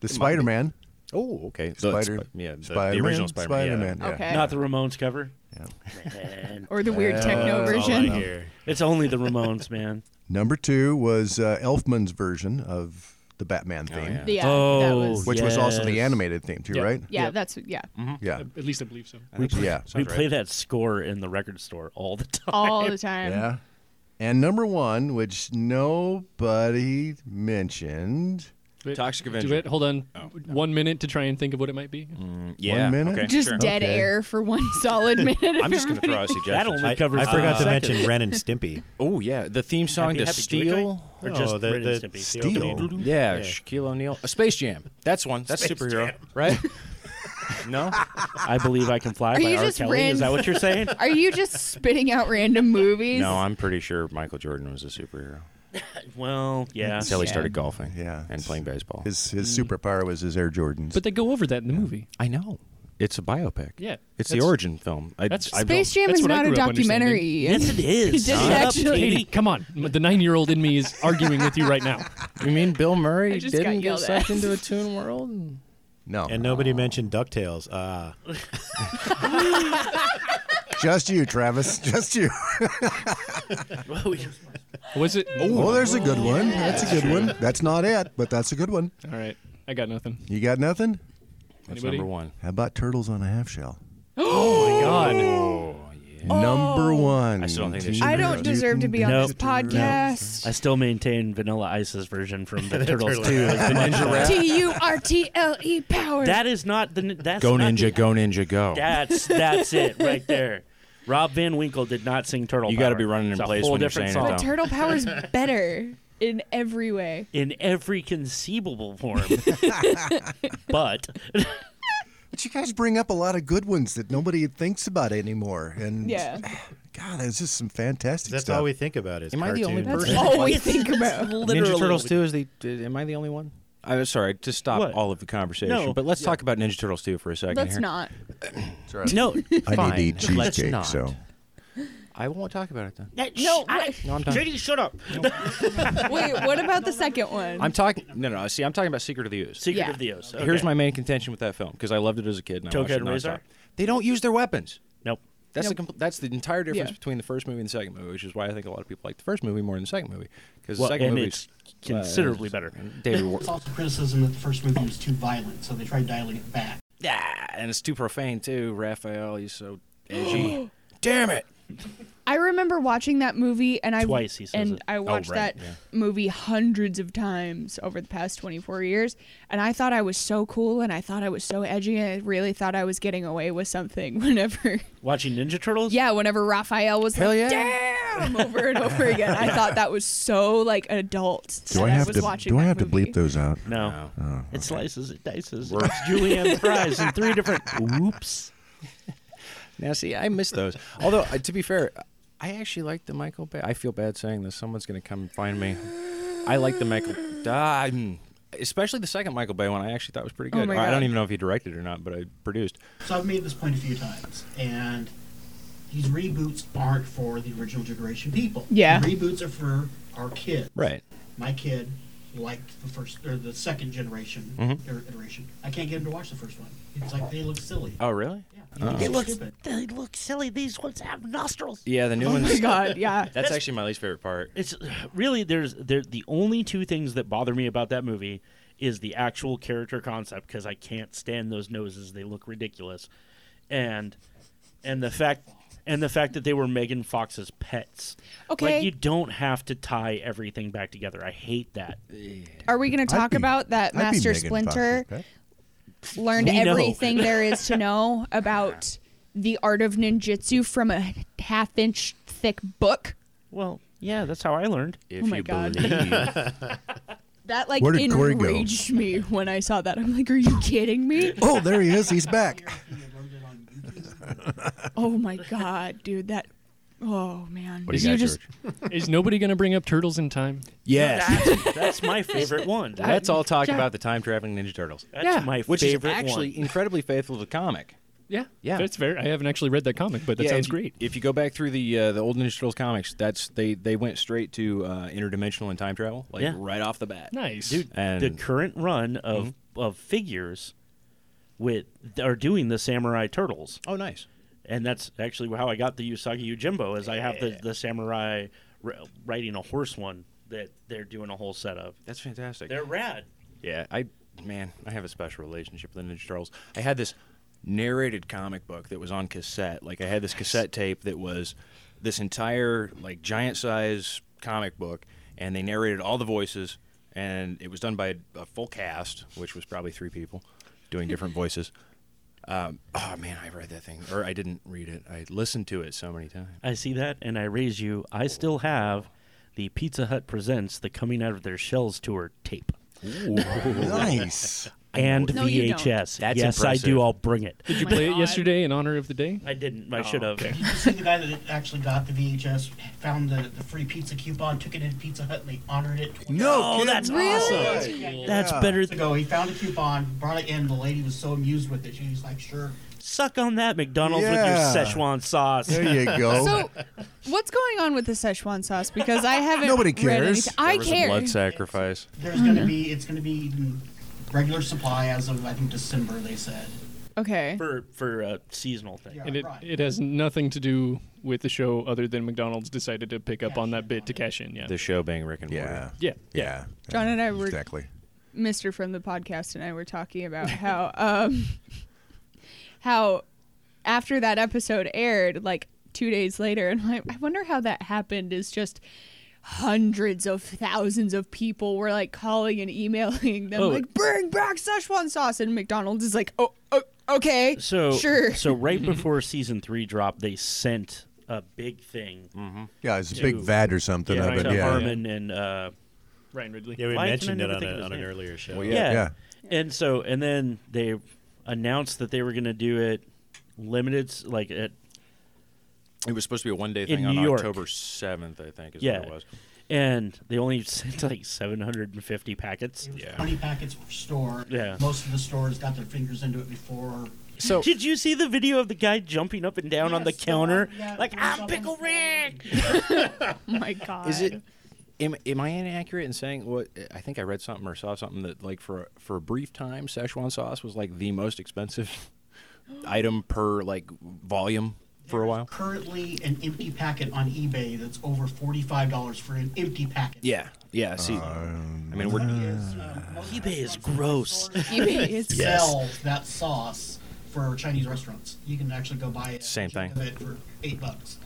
the Spider-Man. Oh, okay. Spider- Spi- yeah, the, the Spider-Man, original Spider-Man. yeah. Spider-Man. yeah. Okay. Not the Ramones cover. Yeah. Man, Or the weird techno That's all I version. hear. it's only the Ramones, man. Number two was uh, Elfman's version of the Batman theme, Oh, yeah. Yeah, that Oh, was. which was also the Yes. animated theme too, Yeah. right? Yeah, Yep. that's yeah. Uh, Yeah. At least I believe so. We- yeah. We play that score in the record store all the time. All the time. Yeah. And number one, which nobody mentioned. Wait, Toxic do Avenger. Oh, Mm. it. Hold on. One minute to try and think of what it might be. Yeah. One minute? Okay, Just sure. dead Okay. air for one solid minute. I'm just going to throw out a That suggestion. only I, I covers. forgot to 30 mention seconds. Ren and Stimpy. Oh yeah, the theme song Happy- to Happy Joy Joy? Steal. or just No, the- Ren the and Stimpy. Steel. Yeah, Yeah. Shaquille O'Neal. A Space Jam. That's one. That's superhero, right? no. I believe I can fly Are by you R. just Kelly. Ren? Is that what you're saying? Are you just spitting out random movies? No, I'm pretty sure Michael Jordan was a superhero well, yeah. until he Yeah. started golfing. Yeah. and playing baseball. His his Mm. superpower was his Air Jordans. But they go over that in the movie. I know. It's a biopic. Yeah, It's the that's- origin film. I, that's- I don't- Space Jam that's is what I not a grew up understanding. documentary. Yes, it is. It did Shut up, actually- Katie. Katie, come on. The nine-year-old in me is arguing with you right now. You mean Bill Murray I just got didn't get yelled at. sucked into a Toon World? no, And nobody mentioned DuckTales. Ah, just you, Travis. Just you. Was it? Oh, there's a good one. That's a good one. That's not it, but that's a good one. All right. I got nothing. You got nothing? That's Anybody? number one. How about turtles on a half shell? God. Number one. I still don't think they should I don't Oh. deserve to be on Nope. this podcast. I still maintain Vanilla Ice's version from the, Turtles turtle. 2. as the ninja rap. T U R T L E power. That is not the. That's Go not ninja, the- go ninja, go. That's that's it right there. Rob Van Winkle did not sing Turtle. You got gotta to be running in it's a place whole when you're different saying it, song. but turtle power's better in every way. in every conceivable form. but But you guys bring up a lot of good ones that nobody thinks about anymore. And Yeah. God, there's just some fantastic that's stuff. all we think about is Am I the only cartoons. person? That's all we think about. Ninja Turtles 2 is the. uh, Am I the only one? I'm sorry to stop What? all of the conversation, No. but let's talk about Ninja Turtles 2 for a second Let's here. not. No, I Fine. need to eat Let's cheesecake, not. so I won't talk about it then. no, I, No, I'm done. shut up. Wait, what about the second one? I'm talking. No, no. See, I'm talking about Secret of the Ooze. Secret Yeah. of the O's. Here's my main contention with that film because I loved it as a kid and I Toadhead watched it and Razor? nonstop. They don't use their weapons. nope. That's Nope. the compl- that's the entire difference Yeah. between the first movie and the second movie, which is why I think a lot of people like the first movie more than the second movie because Well, the second and movie it's considerably better. David War- It's also criticism that the first movie was too violent, so they tried dialing it back. ah, and it's too profane too. Raphael, he's so edgy. Damn it! I remember watching that movie, and I Twice he says and it. Oh, I watched right, that yeah. movie hundreds of times over the past 24 years, and I thought I was so cool, and I thought I was so edgy, and I really thought I was getting away with something. Whenever, Watching Ninja Turtles. yeah, whenever Raphael was Hell like, yeah. "Damn!" over and over again, I thought that was so like adult. do and I have was to watching do I that have movie. to bleep those out? No. No. It slices, it dices. It's Julianne fries in three different. Oops. Now see, I miss those. Although uh, to be fair, I actually like the Michael Bay. I feel bad saying this. Someone's gonna come and find me. I like the Michael. Ah, mm. especially the second Michael Bay one. I actually thought was pretty Oh good. my I don't God. even know if he directed or not, but I produced. So I've made this point a few times, and these reboots aren't for the original generation people. Yeah. Reboots are for our kids. Right. My kid liked the first or the second generation or iteration. I can't get him to watch the first one. It's like they look silly. Oh really? Yeah, he thinks They it's look, stupid. they look silly. These ones have nostrils. Yeah, the new Oh one's. my god, yeah. That's actually my least favorite part. It's uh, really there's there the only two things that bother me about that movie is the actual character concept because I can't stand those noses. They look ridiculous, and and the fact and the fact that they were Megan Fox's pets. Okay. Like you don't have to tie everything back together. I hate that. Are we going to talk be- about that I'd be Master Megan Fox's Splinter pet. learned We know. everything there is to know about the art of ninjutsu from a half inch thick book? Well, yeah, that's how I learned. If Oh my you God. believe, That like Where did Corey go? enraged me when I saw that. I'm like, are you kidding me? Oh, there he is. He's back. Oh my god, dude, that. Oh man, what do You you got, just- George? Is nobody going to bring up turtles in time? Yes, That's, that's my favorite one. let's all talk about the time traveling Ninja Turtles, that's yeah, my which is favorite actually one. incredibly faithful to the comic. Yeah, Yeah. that's fair. I haven't actually read that comic, but that Yeah, if sounds you- great. If you go back through the uh, the old Ninja Turtles comics, that's they they went straight to uh, interdimensional and time travel, like Yeah. right off the bat. Nice, Dude, And the current run of of figures with are doing the Samurai Turtles. oh, nice. and that's actually how I got the Usagi Ujimbo. Is I have the the samurai r- riding a horse one that they're doing a whole set of. That's fantastic. They're rad. Yeah, I man, I have a special relationship with the Ninja Turtles. I had this narrated comic book that was on cassette. Like I had this cassette tape that was this entire like giant size comic book, and they narrated all the voices, and it was done by a, a full cast, which was probably three people doing different voices. Um, oh man, I read that thing, or I didn't read it. I listened to it so many times. I see that, and I raise you. I still have the Pizza Hut presents the Coming Out of Their Shells tour tape Nice. and No, you don't. VHS. That's yes, I impressive. do. I'll bring it. Oh, did you my play it God. yesterday in honor of the day? I didn't. I should have. You see the guy that actually got the VHS, found the, the free pizza coupon, took it into Pizza Hut, and they honored it. No, Oh, kid. that's awesome. That's Yeah. better. Years ago, he found a coupon, brought it in. The lady was so amused with it, she was like, "Sure." Suck on that McDonald's Yeah. with your Szechuan sauce. There you go. So, what's going on with the Szechuan sauce? Because I haven't. Nobody read cares. anything. I care. blood sacrifice. There's Mm-hmm. gonna be it's gonna be in regular supply as of I think December. They said. Okay. For for a seasonal thing. Yeah, And it, right. it has nothing to do with the show other than McDonald's decided to pick up on that bit to cash in. Yeah. The show bang Rick and Morty. yeah. yeah. Yeah. John and I were Exactly. Mr. from the podcast and I were talking about how um how after that episode aired like 2 days later and like I wonder how that happened is just hundreds of thousands of people were like calling and emailing them Oh. like bring back Szechuan sauce and McDonald's is like oh, oh okay So sure So right before season three dropped, they sent a big thing Yeah, it's a big vat or something. yeah, of it. to yeah. Harmon and uh, Ryan Ridley. Yeah, we Why can I mentioned it never on, think of a, his on an name? earlier show. yeah, yeah. yeah. and so and then they announced that they were going to do it limited, s- like at It was supposed to be a one day In thing on New York. October seventh, I think, is yeah, what it was. and they only sent like seven hundred and fifty packets. Yeah. Twenty packets per store. Yeah. Most of the stores got their fingers into it before. So Did you see the video of the guy jumping up and down on the Yes, counter, yeah, like yeah, I'm yeah. Pickle Rick? oh my god Is it? Am, am I inaccurate in saying what I think I read something or saw something that like for for a brief time Szechuan sauce was like the most expensive item per like volume for a while. Currently, an empty packet on eBay that's over forty-five dollars for an empty packet. um, Yeah, Uh, yeah. See, I mean we're Um, eBay is gross. It's- Sell that sauce for Chinese restaurants. You can actually go buy it. Same thing. Of it for eight bucks.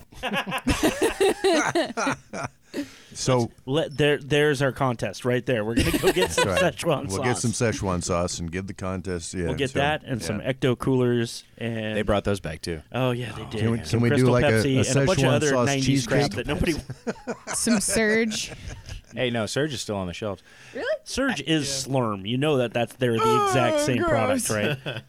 So Let there, there's our contest right there. We're gonna go get some right. Szechuan we'll sauce. get some Szechuan sauce and give the contest. Yeah, We'll get so- that and some yeah. Ecto coolers and they brought those back too. Oh yeah, they did. Can we- can Some we do Crystal like a- Pepsi a and a bunch of Szechuan other sauce 90s crap cheesecake? that nobody? some surge Hey, no, Surge is still on the shelves. really Surge is Slurm. You know that that's they're the exact same product, right?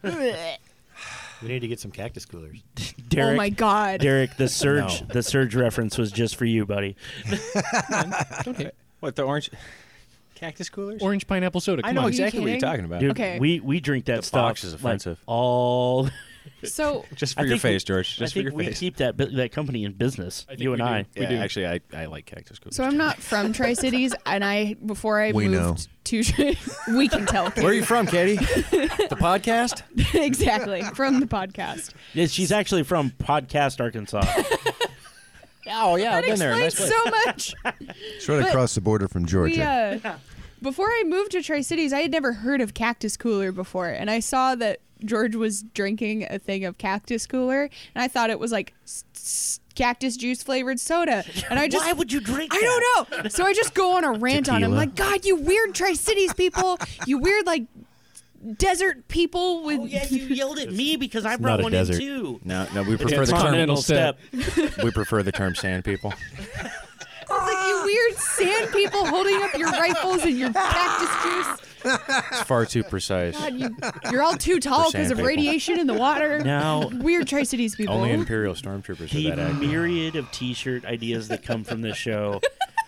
We need to get some cactus coolers. Derek, oh my god Derek, the Surge, the Surge reference was just for you, buddy. Okay. What the orange cactus coolers? Orange pineapple soda. Come I know on. exactly what you're kidding? talking about. Dude, Okay. we we drink that The stuff. box is offensive. Like, all so Just I for your think we- face, George. I Just for think your we face. keep that bu- that company in business. think You we and do. I. we yeah, do. Actually, I, I like cactus coolers. So I'm not from Tri Cities, and I before I We know. moved to we can tell Where are you from, Katie? the podcast? exactly from the podcast. Yeah, she's actually from Podcast Arkansas. Oh yeah, I've been there. Nice place. Explains so much. It's right But- across the border from Georgia. We, uh, before I moved to Tri Cities, I had never heard of Cactus Cooler before, and I saw that George was drinking a thing of cactus cooler, and I thought it was like s- s- cactus juice flavored soda. And I just Why would you drink I that? don't know. So I just go on a rant on him, Tequila. like, God, you weird Tri Cities people, you weird like desert people with Oh, yeah, you yelled at me because I It's brought not a one desert. in too. No, no, we It's prefer a the term continental step. we prefer the term sand people. It's like you weird sand people holding up your rifles and your cactus juice. It's far too precise. God, you, you're all too tall For sand because of people. radiation in the water. Now- weird Tri Cities people. Only Imperial stormtroopers the are that active. myriad of T-shirt ideas that come from this show.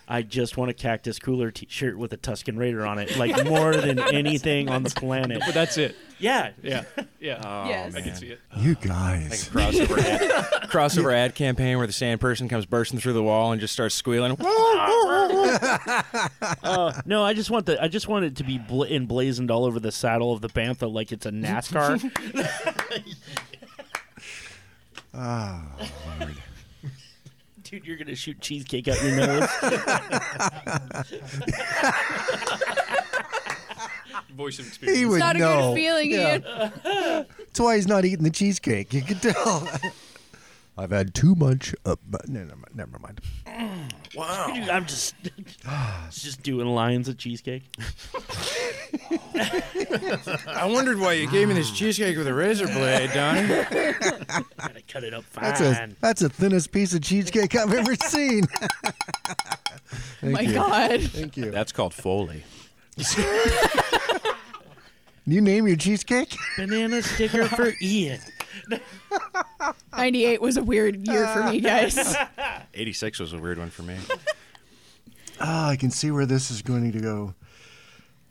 I just want a cactus cooler T-shirt with a Tuscan Raider on it, like more than anything on the planet. But that's it. Yeah, Yeah. Yeah. Oh, Yes. I man. can see it. You guys. Like a crossover ad, crossover ad campaign where the sand person comes bursting through the wall and just starts squealing. Uh, no, I just want the I just want it to be bl- emblazoned all over the saddle of the bantha like it's a NASCAR. Dude, you're gonna shoot cheesecake out your nose. Voice of experience. He would not a good know. feeling, Ian. That's why he's not eating the cheesecake. You can tell. I've had too much. Of, but no, never mind- never mind. Dude, I'm just just doing lines of cheesecake. I wondered why you gave me this cheesecake with a razor blade, Donnie. Gotta cut it up fine. That's a that's the thinnest piece of cheesecake I've ever seen. Thank Oh My you. God. Thank you. That's called Foley. You name your cheesecake? Banana sticker for Ian. 98 was a weird year for me, guys. 86 was a weird one for me. Ah, I can see where this is going to go.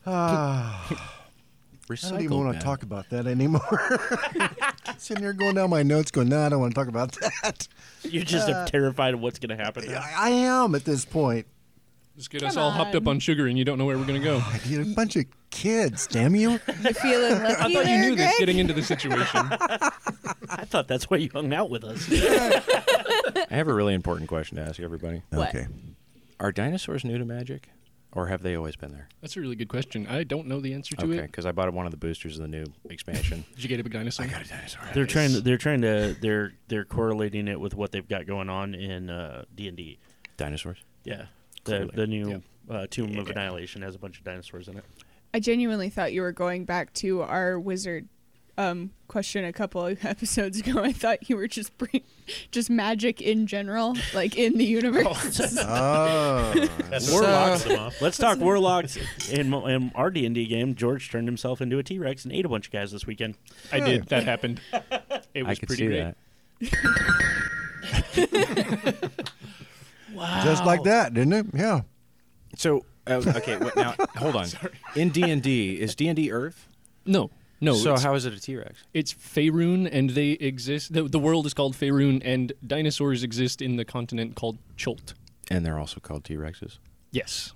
I Recycled, don't even want man. to talk about that anymore. Sitting here going down my notes, going, no, I don't want to talk about that. You're just terrified of what's gonna happen. now. I, I am at this point. Just get us Come all hopped up on. on sugar and you don't know where we're going to go. I You're a bunch of kids, damn you. You feeling lucky I thought you there, knew Greg? this getting into the situation. I thought that's why you hung out with us. I have a really important question to ask everybody. What? Okay. Are dinosaurs new to magic? Or have they always been there? That's a really good question. I don't know the answer to Okay, it. because I bought one of the boosters of the new expansion. Did you get a big dinosaur? a dinosaur. They're trying to they're trying to they're they're correlating it with what they've got going on in uh, D and D. Dinosaurs. Yeah, the Clearly. the new uh, Tomb of Annihilation has a bunch of dinosaurs in it. I genuinely thought you were going back to our wizard um, question a couple of episodes ago. I thought you were just bring, just magic in general, like in the universe. Oh. That's uh, what locks them up. Let's talk warlocks. In, mo- in our D and D game, George turned himself into a T Rex and ate a bunch of guys this weekend. I did. That happened. It was I could pretty see great. that. Wow, Just like that, didn't it? Yeah. So, uh, okay, what, now hold on. In D and D, is D and D Earth? No. No. So it's- how is it a T Rex? It's Faerun, and they exist. The, the world is called Faerun, and dinosaurs exist in the continent called Cholt. And they're also called T Rexes. Yes.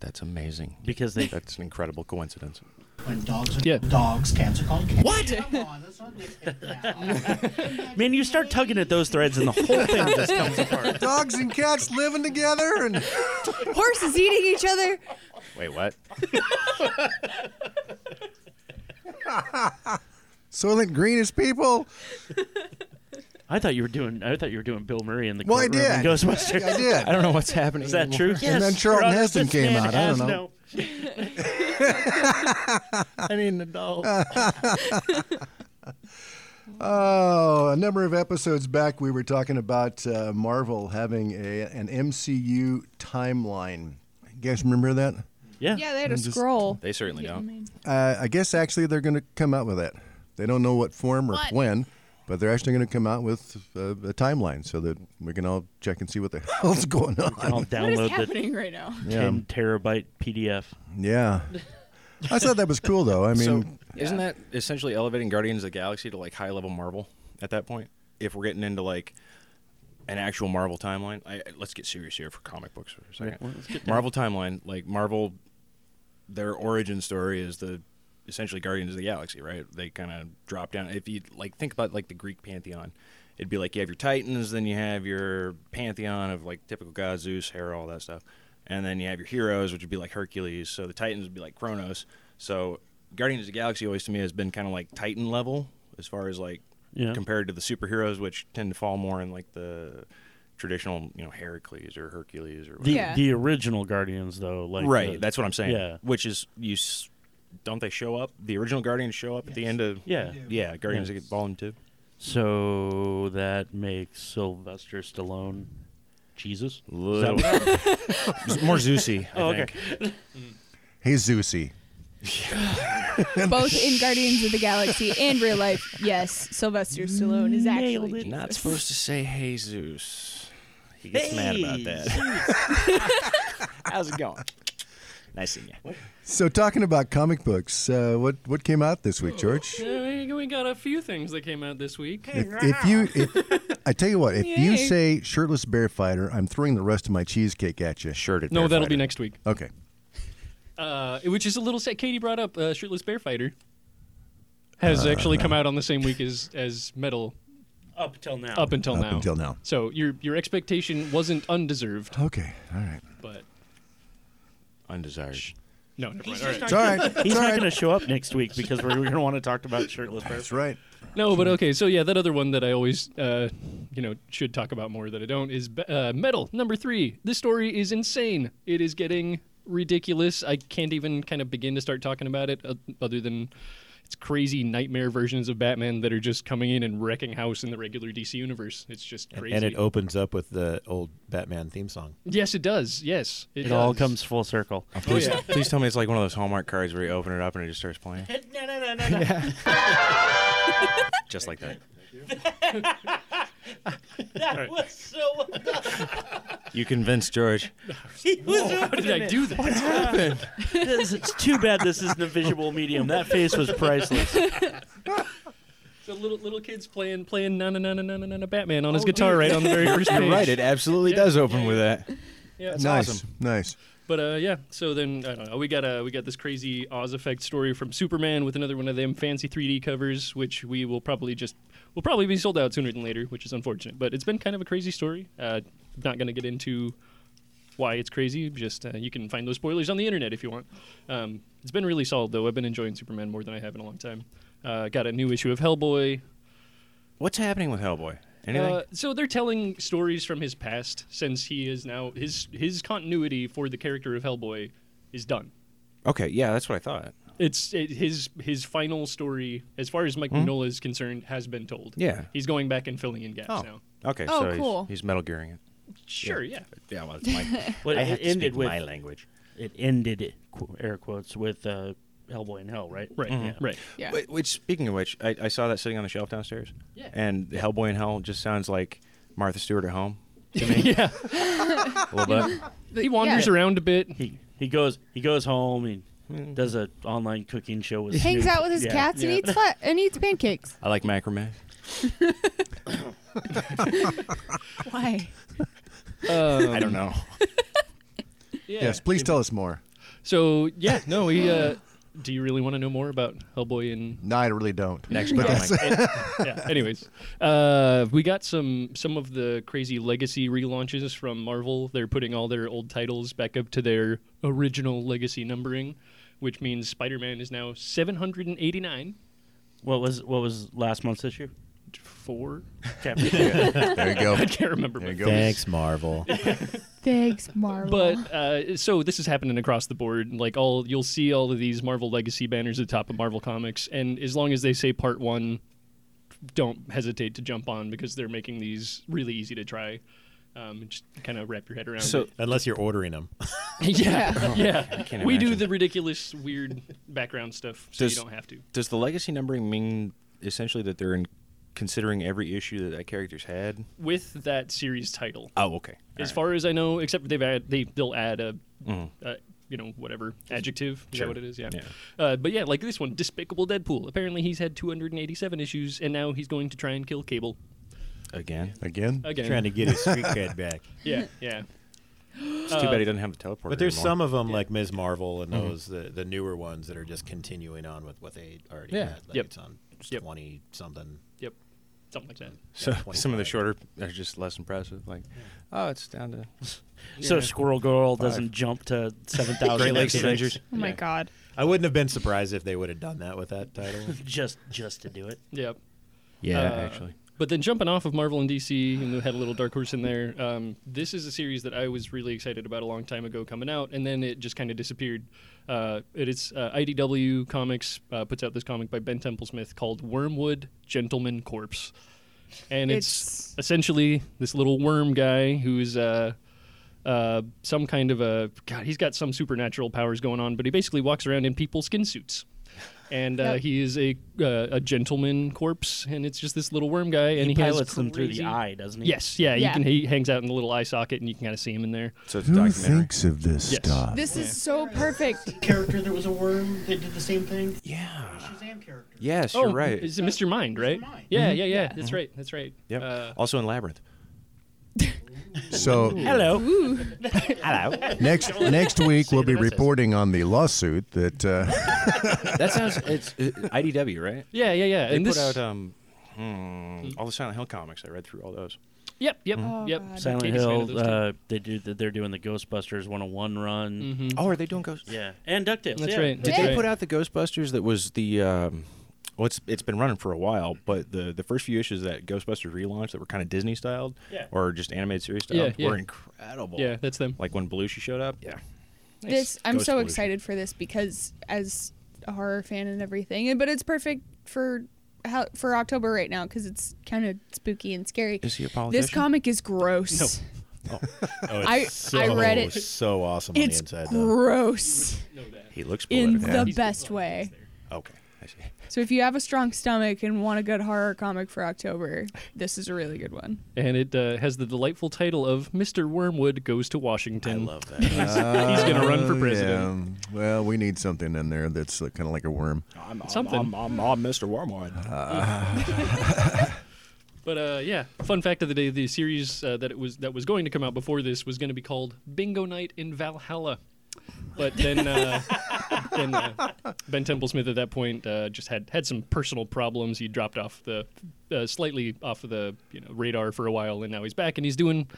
That's amazing. because they That's an incredible coincidence. When dogs are Yeah. dogs, cats are called cats. What? Come on, that's not man, you start tugging at those threads and the whole thing just comes apart. Dogs and cats living together and Horses eating each other. Wait, what? Soylent Green is people. I thought you were doing I thought you were doing Bill Murray in the Well, I courtroom in did. Ghostbusters. I did. I don't know what's happening. Is that true? And then Charlton Robert Heston came Fitzman out. I don't has know. no- I need an adult. Oh, a number of episodes back, we were talking about uh, Marvel having a, an MCU timeline. You guys remember that? yeah. Yeah, they had a scroll. They certainly don't. Uh, I guess actually they're going to come out with that. They don't know what form or What? when, but they're actually going to come out with uh, a timeline so that we can all check and see what the hell's going I'll on. What is download the happening right now? Yeah. 10 terabyte PDF. Yeah. I thought that was cool, though. I mean, So, isn't that essentially elevating Guardians of the Galaxy to like high level Marvel at that point? If we're getting into like an actual Marvel timeline, I, I- let's get serious here for comic books for a second. Marvel timeline, like Marvel, their origin story is the essentially Guardians of the Galaxy, right? They kind of drop down. If you like think about like the Greek pantheon, it'd be like you have your Titans, then you have your pantheon of like typical gods, Zeus, Hera, all that stuff, and then you have your heroes, which would be like Hercules. So the Titans would be like Kronos. So Guardians of the Galaxy always to me has been kind of like Titan level as far as like Yeah. compared to the superheroes, which tend to fall more in like the traditional, you know, Heracles or Hercules or The whatever. Yeah. the original Guardians though, like right. the- that's what I'm saying. Yeah. Which is you s- don't they show up? The original Guardians show up at the end of Yeah. yeah Guardians Yes. of the Volume Two. So that makes Sylvester Stallone Jesus. Little- more Zeusy. I Oh, think. Hey, Zeusy. Both in Guardians of the Galaxy and real life, yes, Sylvester Stallone is actually Nailed it. Not supposed to say "Hey Zeus." He gets mad about that. How's it going? Nice seeing you. So, talking about comic books, uh, what what came out this week, George? Yeah, we- we got a few things that came out this week. If, if you, if, I tell you what, if you Yay. say shirtless bear fighter, I'm throwing the rest of my cheesecake at you. Shirted. No, bear that'll fighter. be next week. Okay. Uh, which is a little sad. Katie brought up uh, Shirtless Bear Fighter Uh, has actually come out on the same week as as Metal Up till now. up until Up now. until now. So your your expectation wasn't undeserved, Okay. All right. but Undesired. no, never mind. He's All just right. It's not- all right. It's He's all not right. going to show up next week because we're going to want to talk about shirtless bear. That's right. No, but okay. So yeah, that other one that I always, uh, you know, should talk about more that I don't is Be- uh, Metal number three. This story is insane. It is getting ridiculous. I can't even kind of begin to start talking about it uh, other than it's crazy nightmare versions of Batman that are just coming in and wrecking house in the regular DC universe. It's just And, crazy. and it opens up with the old Batman theme song. yes, it does. Yes, It does. all comes full circle. Please, please tell me it's like one of those Hallmark cards where you open it up and it just starts playing. just like that. That was so. You convinced George. He was How did I do that? This- it's too bad this isn't a visual medium. That face was priceless. The little little kids playing playing na na na na na na na Batman on his guitar right on the very first page. Right, it absolutely does open with that. Yeah, it's nice. awesome. Nice. But uh, yeah, so then I don't know. We got uh, we got this crazy Oz effect story from Superman with another one of them fancy 3D covers, which we will probably just will probably be sold out sooner than later, which is unfortunate. But it's been kind of a crazy story. Uh, not going to get into why it's crazy. Just uh, you can find those spoilers on the internet if you want. Um, it's been really solid though. I've been enjoying Superman more than I have in a long time. Uh, got a new issue of Hellboy. What's happening with Hellboy? Anything? Uh, so they're telling stories from his past since he is now his his continuity for the character of Hellboy is done. okay, yeah, that's what I thought. It's it, his his final story, as far as Mike Mignola is concerned, has been told. Yeah. he's going back and filling in gaps now. Okay, Oh, so he's- cool. he's, Metal Gearing it. Sure, yeah. Yeah, well, it's my, Well, I it have to ended speak with my language. it ended qu- air quotes with uh, Hellboy in Hell, right? right, Yeah. right. Yeah. Wh- Which, speaking of which, I, I saw that sitting on the shelf downstairs. Yeah. And Hellboy in Hell just sounds like Martha Stewart at home. yeah, A little bit. he wanders yeah. around a bit. He he goes he goes home and does an online cooking show with Hangs Snoop. out with his Yeah. cats and yeah. eats flat and eats pancakes. I like macrame. Why? I don't know. Um, Yeah. Yes. Please tell us more. So yeah, no, he. Uh, do you really want to know more about Hellboy and No, I really don't. Next comic. yeah. Anyways, uh, we got some some of the crazy legacy relaunches from Marvel. They're putting all their old titles back up to their original legacy numbering, which means Spider-Man is now 789 What was what was last month's issue? four. Captain. There you go. I can't remember. There you but- go. Thanks, Marvel. Thanks, Marvel. But uh, so this is happening across the board. Like all, you'll see all of these Marvel legacy banners at the top of Marvel Comics, and as long as they say Part One, don't hesitate to jump on because they're making these really easy to try. Um, and just kind of wrap your head around. So- Oh, it. Unless you're ordering them. yeah, yeah. can't We do imagine. the ridiculous, weird background stuff, so Does- you don't have to. Does the legacy numbering mean essentially that they're in considering every issue that that character's had? With that series title, Oh, okay. as far as I know, except they've add, they they'll add a, uh, you know, whatever adjective. Is Mm-hmm. Sure. that what it is? Yeah. Yeah. Uh, but yeah, like this one, Despicable Deadpool. Apparently, he's had 287 issues, and now he's going to try and kill Cable Again? Again. again. Trying to get his street cred back. yeah, yeah. It's too bad uh, he doesn't have a teleporter. But there's anymore. some of them, like Ms. Marvel Mm-hmm. and those, the, the newer ones that are just continuing on with what they already Yeah. had. Like Yep. It's on Yep. 20 something. Yep. something like that. So some of the shorter are just less impressive. Like, oh, it's down to So Squirrel Girl does doesn't jump to seven thousand. Great Lakes Avengers. Oh my god. I wouldn't have been surprised if they would have done that with that title. just just to do it. Yep. Yeah, Uh, actually. But then jumping off of Marvel and DC, and we had a little Dark Horse in there. Um, this is a series that I was really excited about a long time ago coming out, and then it just kind of disappeared. Uh, it is uh, IDW Comics uh, puts out this comic by Ben Temple Smith called Wormwood Gentleman Corpse, and it's, It's- essentially this little worm guy who's uh, uh, some kind of a god. He's got some supernatural powers going on, but he basically walks around in people skin suits. And uh, Yep. he is a uh, a gentleman corpse, and it's just this little worm guy, and he, has pilots them through crazy- the eye, doesn't he? Yes, yeah, Yeah. You can, he hangs out in the little eye socket, and you can kind of see him in there. So it's a Who documentary. thinks of this Yes. stuff? This is so perfect. Character that was a worm that did the same thing. Yeah. Shazam character. Yes, oh, you're right. Is it Mr. Mind, Mr. right? Mind. Yeah, yeah, yeah. That's right. That's right. Yep. Uh, also in Labyrinth. So Hello. next next week we'll be reporting on the lawsuit that uh, That sounds it's uh, IDW, right? yeah, yeah, yeah. They and put out this, um, hmm, all the Silent Hill comics. I read through all those. yep, yep, Oh, yep. God. Silent Katie's fan of Hill. those two. Uh, they do. the- They're doing the Ghostbusters 101 run. Oh, are they doing Ghost? Yeah, and Ducktales. Mm-hmm. That's yeah. right. Did That's they right. put out the Ghostbusters that was the um, well, it's it's been running for a while, but the the first few issues of that Ghostbusters relaunch that were kind of Disney styled Yeah. or just animated series styled Yeah, yeah. were incredible. Yeah, that's them. Like when Belushi showed up. Yeah. This I'm Ghost so Evolution. excited for this because as a horror fan and everything, but it's perfect for how for October right now because it's kind of spooky and scary. Is he a politician? This comic is gross. Oh, I- I read it. So awesome on uh, the It's inside. though. gross He looks in political. the best way. Okay. I see. So if you have a strong stomach and want a good horror comic for October, this is a really good one. And it uh, has the delightful title of Mr. Wormwood Goes to Washington. that. He's going to run for Oh, president. yeah. Well, we need something in there that's kind of like a worm. I'm, Something. I'm, I'm, I'm Mr. Wormwood. But uh, yeah, fun fact of the day: the series uh, that it was that was going to come out before this was going to be called Bingo Night in Valhalla, but then uh, then uh, Ben Temple Smith at that point uh, just had had some personal problems. He dropped off the uh, slightly off of the you know radar for a while, and now he's back and he's doing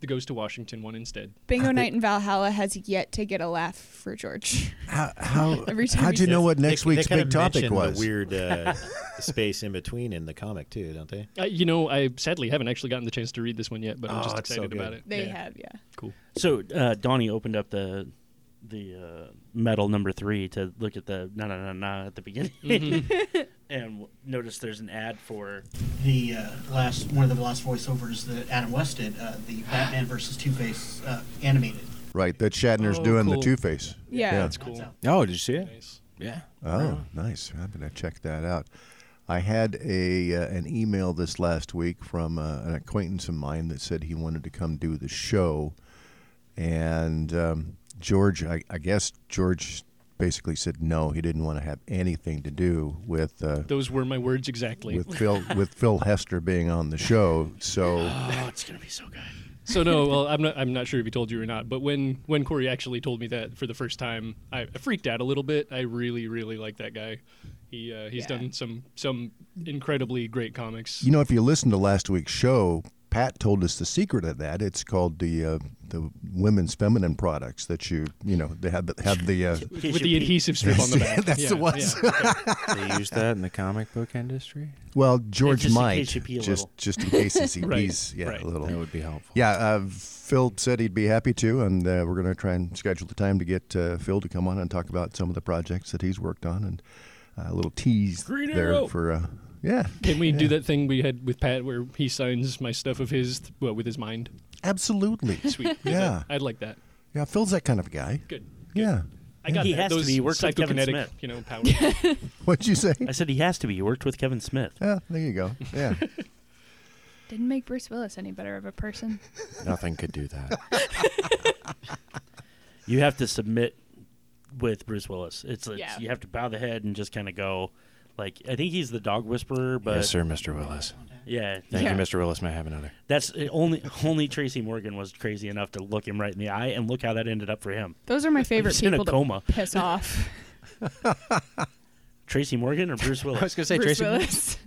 the Goes to Washington one instead. Bingo Night in Valhalla has yet to get a laugh for George. How how Every time how'd you you know what next They- week's they kinda big topic mention was? The weird uh, space in between in the comic too, don't they? Uh, you know, I sadly haven't actually gotten the chance to read this one yet, but I'm just Oh, it's so excited good. about it. They Yeah. have, yeah. cool. So uh, Donnie opened up the the uh, metal number three to look at the na na na na at the beginning, and w- notice there's an ad for The uh, last one of the last voiceovers that Adam West did, uh, the Batman versus Two Face uh, animated. Right, that Shatner's Oh, doing the cool. Two Face. Yeah. Yeah. That's Cool. Oh, did you see it? Nice. Yeah. Oh, nice. I'm going to check that out. I had a uh, an email this last week from uh, an acquaintance of mine that said he wanted to come do the show, and um, George, I, I guess George basically said no. He didn't want to have anything to do with uh, Those were my words exactly. with Phil with Phil Hester being on the show. So oh it's gonna be so good. So no, well, I'm not. I'm not sure if he told you or not. But when when Corey actually told me that for the first time, I, I freaked out a little bit. I really, really like that guy. He uh, he's Yeah. done some some incredibly great comics. you know, if you listen to last week's show. Pat told us the secret of that. It's called the uh, the women's feminine products that you you know they have have the uh, He's With your the Pete. adhesive strip on the back. That's the one. yeah. They used that in the comic book industry. Well, George just in might case you pee a just little. just in case he sees Right, pees, yeah, right. a little. That would be helpful. Yeah, uh, Phil said he'd be happy to, and uh, we're going to try and schedule the time to get uh, Phil to come on and talk about some of the projects that he's worked on, and uh, a little tease Green there Arrow. for uh, yeah, Can we do that thing we had with Pat where he signs my stuff of his well with his mind? absolutely, Sweet. Yeah. I'd like that. yeah. Phil's that kind of guy. Good. Yeah. I got He that. has to Those be. He works with Kevin psychokinetic, Smith. you know, powers. What'd you say? I said he has to be. He worked with Kevin Smith. Yeah, there you go. Yeah. Didn't make Bruce Willis any better of a person. Nothing could do that. You have to submit with Bruce Willis. It's, it's Yeah. you have to bow the head and just kind of go. Like I think he's the dog whisperer, but yes, sir, Mr. Willis. yeah, Thank Yeah. you, Mr. Willis. May I have another? that's uh, only only Tracy Morgan was crazy enough to look him right in the eye, and look how that ended up for him. Those are my favorite He's in a people coma. to piss off. Tracy Morgan or Bruce Willis? gonna say Bruce Willis.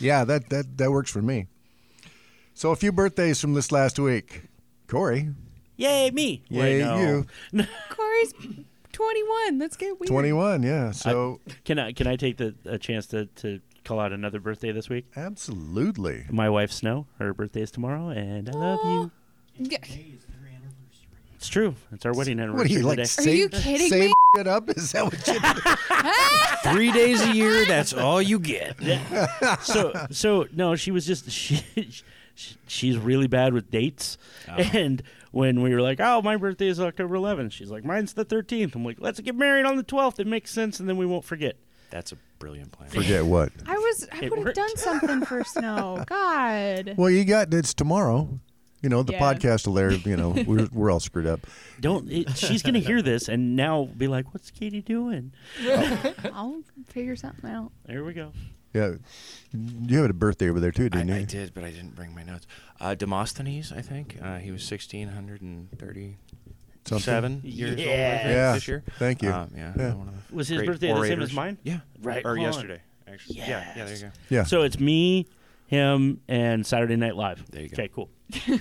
Yeah, that, that, that works for me. So a few birthdays from this last week. Corey, Yay, me. yay Wait, no. you, Corey's 21. Let's get weird. 21, yeah. So Can I can I take the a chance to, to call out another birthday this week? Uh, absolutely. My wife Snow, her birthday is tomorrow, and I love you. Yeah. It's true. It's our wedding What are anniversary you like? today. Save, you kidding save me? it up? Is that what you? Three days a year, that's all you get. so so no, she was just she, she she's really bad with dates. Oh. And when we were like, "Oh, my birthday is October 11th," she's like, "Mine's the 13th." I'm like, "Let's get married on the 12th. It makes sense, and then we won't forget." That's a brilliant plan. Forget what? I was. I It would have worked. done something for Snow. God. Well, you got it's tomorrow. You know the Yeah. podcast will air. You know we're we're all screwed up. Don't. It, she's gonna hear this and now be like, "What's Katie doing?" I'll figure something out. There we go. Yeah, you had a birthday over there too, I, didn't you? I did, but I didn't bring my notes. Uh, Demosthenes, I think. Uh, he was 1637 Something. years old I Yeah. think, Yeah. this year. Thank you. Um, yeah. Yeah. one of the Was his great birthday the same orators. as mine? Yeah. Right Or on. yesterday, actually. Yeah. Yeah, there Yes. you go. Yeah. So it's me, him, and Saturday Night Live. There you go. Okay, cool. And,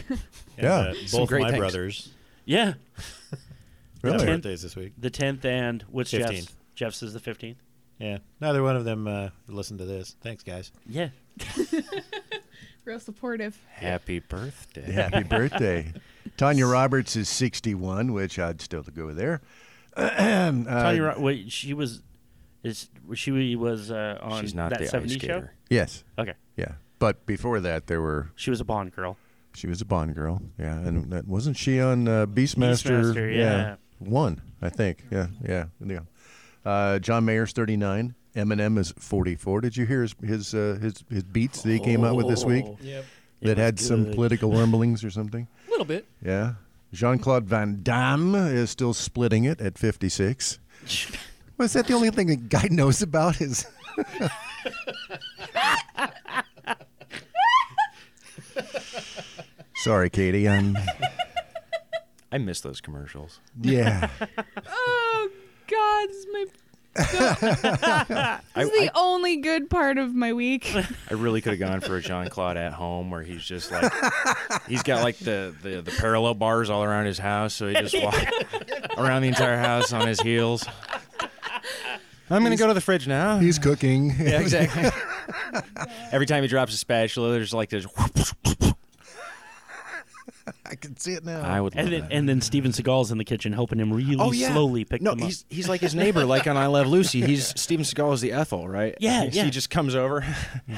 Yeah. uh, Some both great my things. brothers Yeah, have really? birthdays this week. the tenth and what's 15th. Jeff's? Jeff's is the fifteenth. Yeah, neither one of them uh, listened to this. Thanks, guys. Yeah. Real supportive. Happy birthday. Happy birthday. Tanya Roberts is 61, which I'd still go there. Uh, Tony, Ro- wait, she was, is she was uh, on She's not that the ice 70s show? skater. Yes. Okay, Yeah. But before that, there were she was a Bond girl. she was a Bond girl. Yeah, and that wasn't she on uh, Beastmaster? Beastmaster, yeah. One, I think. Yeah, yeah, yeah. Uh, John Mayer's 39. Eminem is 44. Did you hear his his uh, his, his beats that he came out with this week Oh, Yep. that had some political rumblings or something? A little bit. Yeah. Jean Claude Van Damme is still splitting it at 56. Was that the only thing that guy knows about? Is sorry, Katie. I'm I miss those commercials. yeah. Oh God, this is my. this is the only good part of my week. I really could have gone for a Jean Claude at home where he's just like, he's got like the, the, the parallel bars all around his house, so he just walks around the entire house on his heels. I'm gonna go to the fridge now. He's cooking. Yeah, exactly. Every time he drops a spatula, there's like this. I can see it now. I would love And then, that. Oh, and then Steven Seagal's in the kitchen helping him really slowly pick no, them up. he's he's like his neighbor, like on I Love Lucy. He's Steven Seagal is the Ethel, right? Yeah, he yeah. just comes over.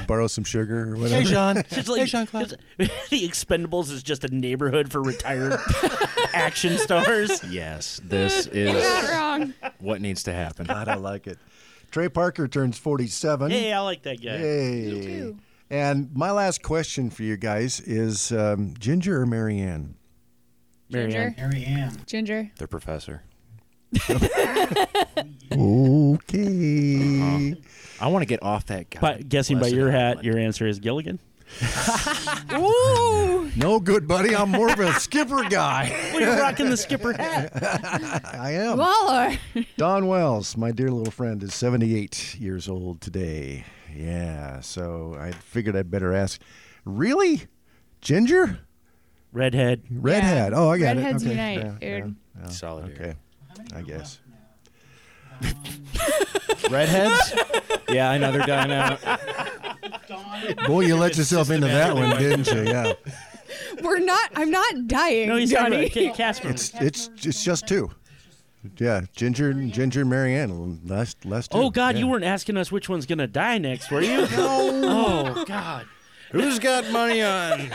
Borrow some sugar or whatever. John, It's like- it's- the Expendables is just a neighborhood for retired action stars. Yes, this You're is not wrong. what needs to happen. God, I like it. Trey Parker turns 47. Hey, I like that guy. Hey. too. And my last question for you guys is um, Ginger or Marianne? Ginger. Marianne. There I am. Ginger. The professor. Okay. I want to get off that guy. But guessing by your hat, your answer is Gilligan. Ooh. No good, buddy. I'm more of a skipper guy. Well, you're rocking the skipper hat. I am. Waller. Don Wells, my dear little friend, is 78 years old today. Yeah, so I figured I'd better ask. Really? Ginger? Redhead. Redhead. Oh, I got Redheads it. Okay. unite, Yeah, yeah, dude. yeah. Solid. Okay. How many I are guess. left now? Redheads? yeah, I know they're dying out. Don, Boy, you let yourself into that one, didn't you? Yeah. We're not. I'm not dying, No, he's talking Johnny. about Kate Casper. It's it's it's just two. Yeah, Ginger and Ginger and Marianne. Last last two. Oh God, Yeah. you weren't asking us which one's gonna die next, were you? Oh God. Who's got money on?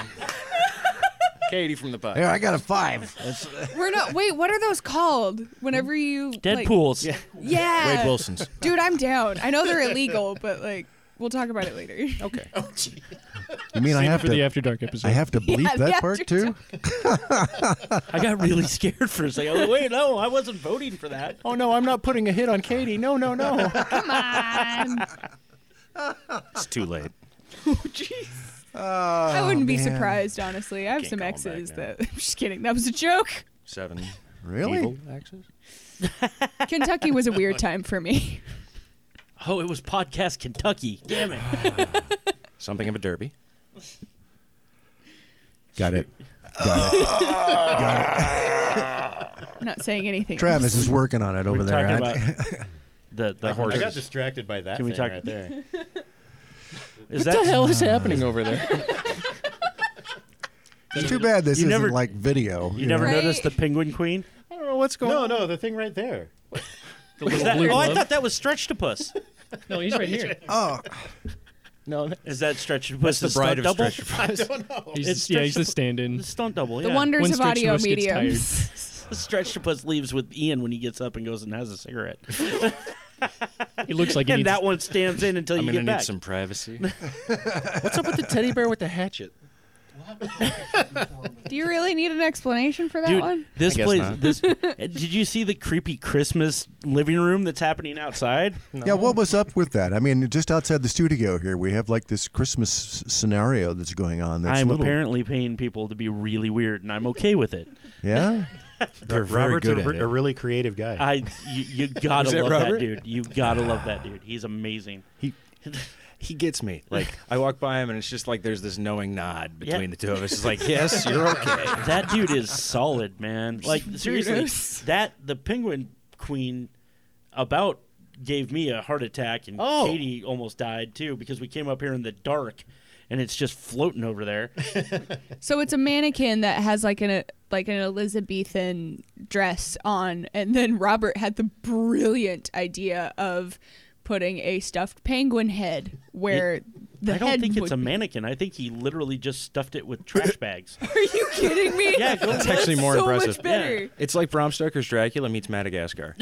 Katie from the pub. Here, I got a five. That's- We're not. Wait, what are those called? Whenever you like- Deadpools. yeah. Wade Wilson's. Dude, I'm down. I know they're illegal, but like, we'll talk about it later. Okay. you mean I Save it have for the to? After Dark episode. I have to bleep Yeah, that the part after- too. I got really scared for a second. I was like, Wait, no, I wasn't voting for that. Oh no, I'm not putting a hit on Katie. No, no, no. Come on. It's too late. I wouldn't be Oh, man. surprised, honestly. I have Can't some call 'em back exes now. that. I'm just kidding. That was a joke. Seven. Really? Evil axes? Kentucky was a weird time for me. Oh, it was podcast Kentucky. Damn it. Something of a derby. Got it. I'm not saying anything. Travis is working on it over We're there. talking I- about the the horses. horse. I I got distracted by that Can we thing talk- right there. Is What that the hell is happening over there? it's too bad this You isn't never- like video. You never Right. noticed the penguin queen? I don't know what's going. No, no, the thing right there. The little Is that, blue oh, I glove? thought that was Stretchtopus. no, he's right here. Oh, No, Is that Stretchtopus the, the bride stunt of double? Stretch. He's It's yeah, he's the stretched- stand-in. The stunt double. The Yeah. wonders When of Stretch audio Lewis gets tired. mediums. Stretchtopus leaves with Ian when he gets up and goes and has a cigarette, He looks like he and needs that one stands in until I'm you gonna get need back. some privacy. What's up with the teddy bear with the hatchet? Do you really need an explanation for that Dude, one? this I guess place. not. This. did you see the creepy Christmas living room that's happening outside? Yeah, what was up with that? I mean, just outside the studio here, we have like this Christmas s- scenario that's going on. That's I'm little, apparently paying people to be really weird, and I'm okay with it. Yeah, they're very Robert's good a, at re- it. a really creative guy. I you, you gotta Was that love that Robert? dude. You gotta love that dude. He's amazing. He he gets me. Like I walk by him and it's just like there's this knowing nod Yeah. between the two of us. It's like, yes, you're okay. That dude is solid, man. Like seriously, Weirdos. that the penguin queen about gave me a heart attack, and Oh. Katie almost died too because we came up here in the dark, and it's just floating over there. So it's a mannequin that has like an a, like an Elizabethan dress on, and then Robert had the brilliant idea of putting a stuffed penguin head where the I don't head think would it's a be. mannequin. I think he literally just stuffed it with trash bags. Are you kidding me? Yeah, go That's nuts. actually more so impressive. Much better. It's like Bram Stoker's Dracula meets Madagascar.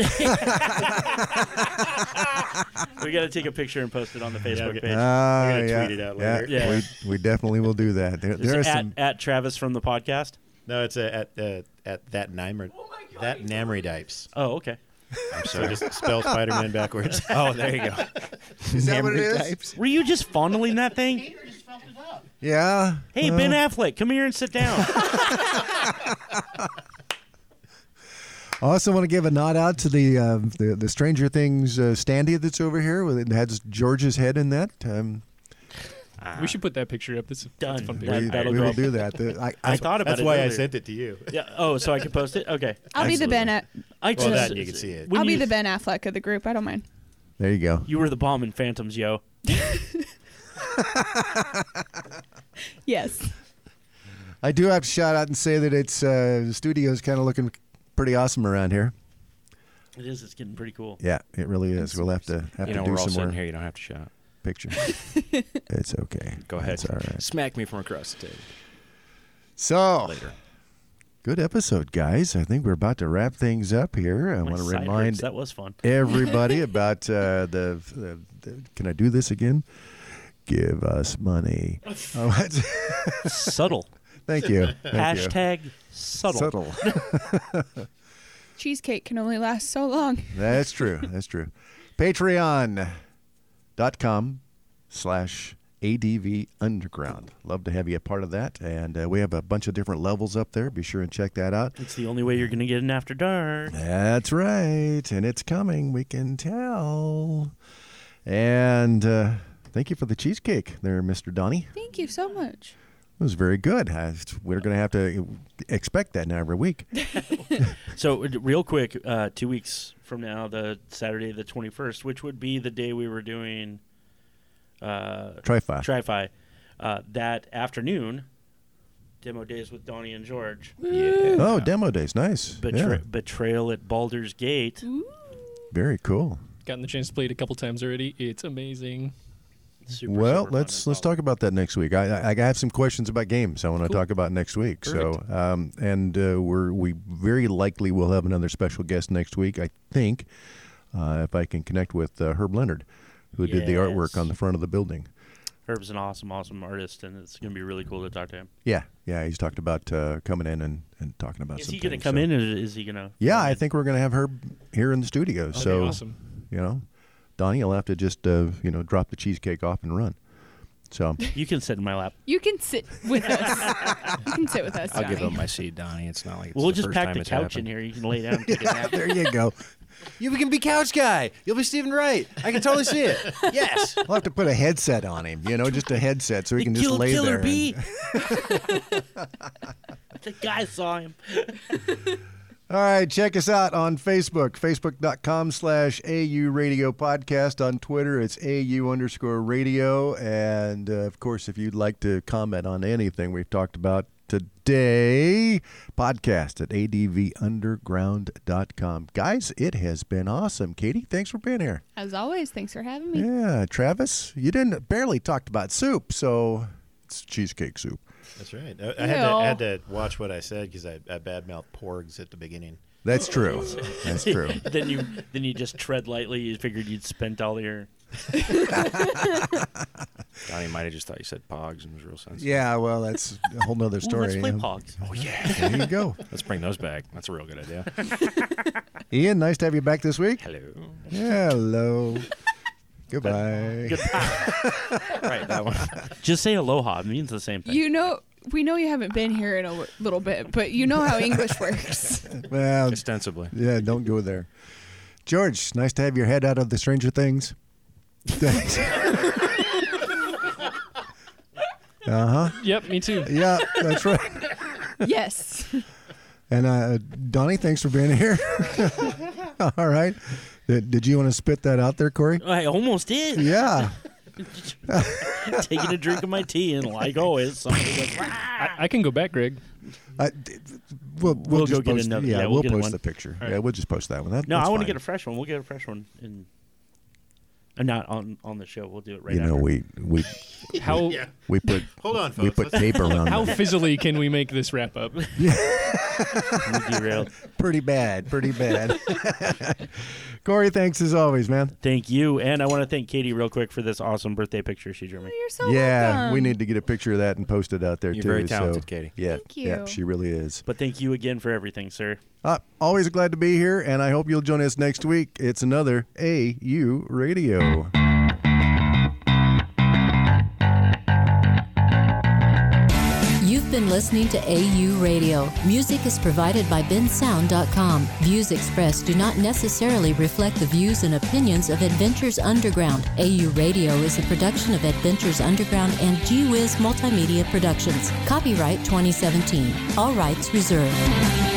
we got to take a picture and post it on the Facebook okay. Uh, page. Ah, tweet yeah, it out yeah, later. Yeah. We, we definitely will do that. There, It's there are at, some. at Travis from the podcast. no, it's a, at uh, at that Nimer, that Namry Dipes. Oh, okay. I'm So sorry. just spell Spider-Man backwards. oh, there you go. Is that what it is? Were you just fondling that thing? Peter just felt it up. Yeah. Hey, Ben Uh. Affleck, come here and sit down. I also want to give a nod out to the uh, the, the Stranger Things uh, standee that's over here. With it has George's head in that. Um, We should put that picture up. That's, that's Done. a fun picture. That- we, that'll we go will up. do that. The- I, I I, thought about That's it. why I earlier. sent it to you. Yeah. Oh, so I can post it. Okay. I'll be the Ben. A- I Well, that you can see it. when I'll be you- the Ben Affleck of the group. I don't mind. there you go. You were the bomb in Phantoms, yo. Yes. I do have to shout out and say that it's uh, the studio's kind of looking pretty awesome around here. It is. It's getting pretty cool. Yeah, it really is. We'll have to have You to know, do we're all some sitting more here. You don't have to shout. pictures. it's okay. Go ahead. It's all right. Smack me from across the table. So good episode, guys. I think we're about to wrap things up here. I My want to side remind hurts. that was fun. everybody about uh, the, the, the. Can I do this again? Give us money. Oh, what? subtle. Thank you. Thank you. Hashtag subtle. Subtle. Cheesecake can only last so long. That's true. That's true. Patreon.com slash ADV Underground. Love to have you a part of that. And uh, we have a bunch of different levels up there. Be sure and check that out. It's the only way you're gonna get an after dark. That's right. And it's coming. We can tell. And uh, thank you for the cheesecake there, Mr. Donnie. Thank you so much. It was very good. I, we're going to have to expect that now every week. So, uh, real quick, uh, two weeks from now, the Saturday the 21st, which would be the day we were doing uh, Try five. TriFi, uh, that afternoon, demo days with Donnie and George, Oh, demo days. Nice. Yeah. Betra- Betrayal at Baldur's Gate. Very cool. Gotten the chance to play it a couple times already. It's amazing. Super, well, super fun let's as let's always. talk about that next week. I, I I have some questions about games I want to talk about next week. So, um, and uh, we're we very likely will have another special guest next week. I think uh, if I can connect with uh, Herb Leonard, who did the artwork Yes. on the front of the building. Herb's an awesome, awesome artist, and it's going to be really cool to talk to him. Yeah, yeah, he's talked about uh, coming in and, and talking about. Is some he going to things, come so- in, or is he going to? Yeah, I think we're going to have Herb here in the studio. so awesome. you know, Donnie, you'll have to just uh, you know drop the cheesecake off and run. So You can sit in my lap. You can sit with us. you can sit with us. I'll give Johnny. up my seat, Donnie. It's not like it's We'll the just first pack time the it's couch happened. in here. You can lay down. and take a nap. there you go. You can be couch guy. You'll be Stephen Wright. I can totally see it. Yes. I'll have to put a headset on him, you know, just a headset so he can just Killed lay Killer there. and- B. the guy saw him. All right, check us out on Facebook, facebook.com slash AU Radio Podcast. On Twitter, it's AU underscore radio. And, uh, of course, if you'd like to comment on anything we've talked about today, podcast at advunderground.com. Guys, it has been awesome. Katie, thanks for being here. As always, thanks for having me. Yeah, Travis, you didn't barely talked about soup, so it's cheesecake soup. That's right. I, I, had, to, Ew. I had to watch what I said because I, I badmouthed porgs at the beginning. That's true. That's true. then you then you just tread lightly. You figured you'd spent all your Donnie might have just thought you said pogs and was real sensitive. Yeah, well, that's a whole nother Ooh, story. let's play Um, pogs. Oh, yeah. There you go. Let's bring those back. That's a real good idea. Ian, nice to have you back this week. Hello. Hello. Goodbye. Right, that one. Just say aloha. It means the same thing. You know, we know you haven't been here in a w- little bit, but you know how English works. Well, Ostensibly. yeah, don't go there. George, nice to have your head out of the Stranger Things. uh huh. Yep, me too. Yeah, that's right. yes. And uh, Donnie, thanks for being here. All right. Did, did you want to spit that out there, Corey? I almost did. Yeah. Taking a drink of my tea, and like always, somebody goes, I, I can go back, Greg. I, d- we'll, we'll, We'll go just get post, another- Yeah, yeah, we'll we'll, get post one. the picture. All right. Yeah, we'll just post that one. That, No, I want to get a fresh one. We'll get a fresh one, and uh, not on on the show. We'll do it right. You know, after. we we How we put Hold on, we folks. put Let's- tape around. how that. fizzily can we make this wrap up? we derailed. pretty bad, pretty bad. Corey, thanks as always, man. Thank you, and I want to thank Katie real quick for this awesome birthday picture she drew me. You're so yeah, welcome. we need to get a picture of that and post it out there You're too. very so- talented, Katie. Yeah, Thank yeah, you. she really is. But thank you again for everything, sir. Uh, always glad to be here, and I hope you'll join us next week. It's another AU Radio. You've been listening to AU Radio. Music is provided by bensound.com. Views expressed do not necessarily reflect the views and opinions of Adventures Underground. AU Radio is a production of Adventures Underground and Gee Whiz Multimedia Productions. Copyright 2017. All rights reserved.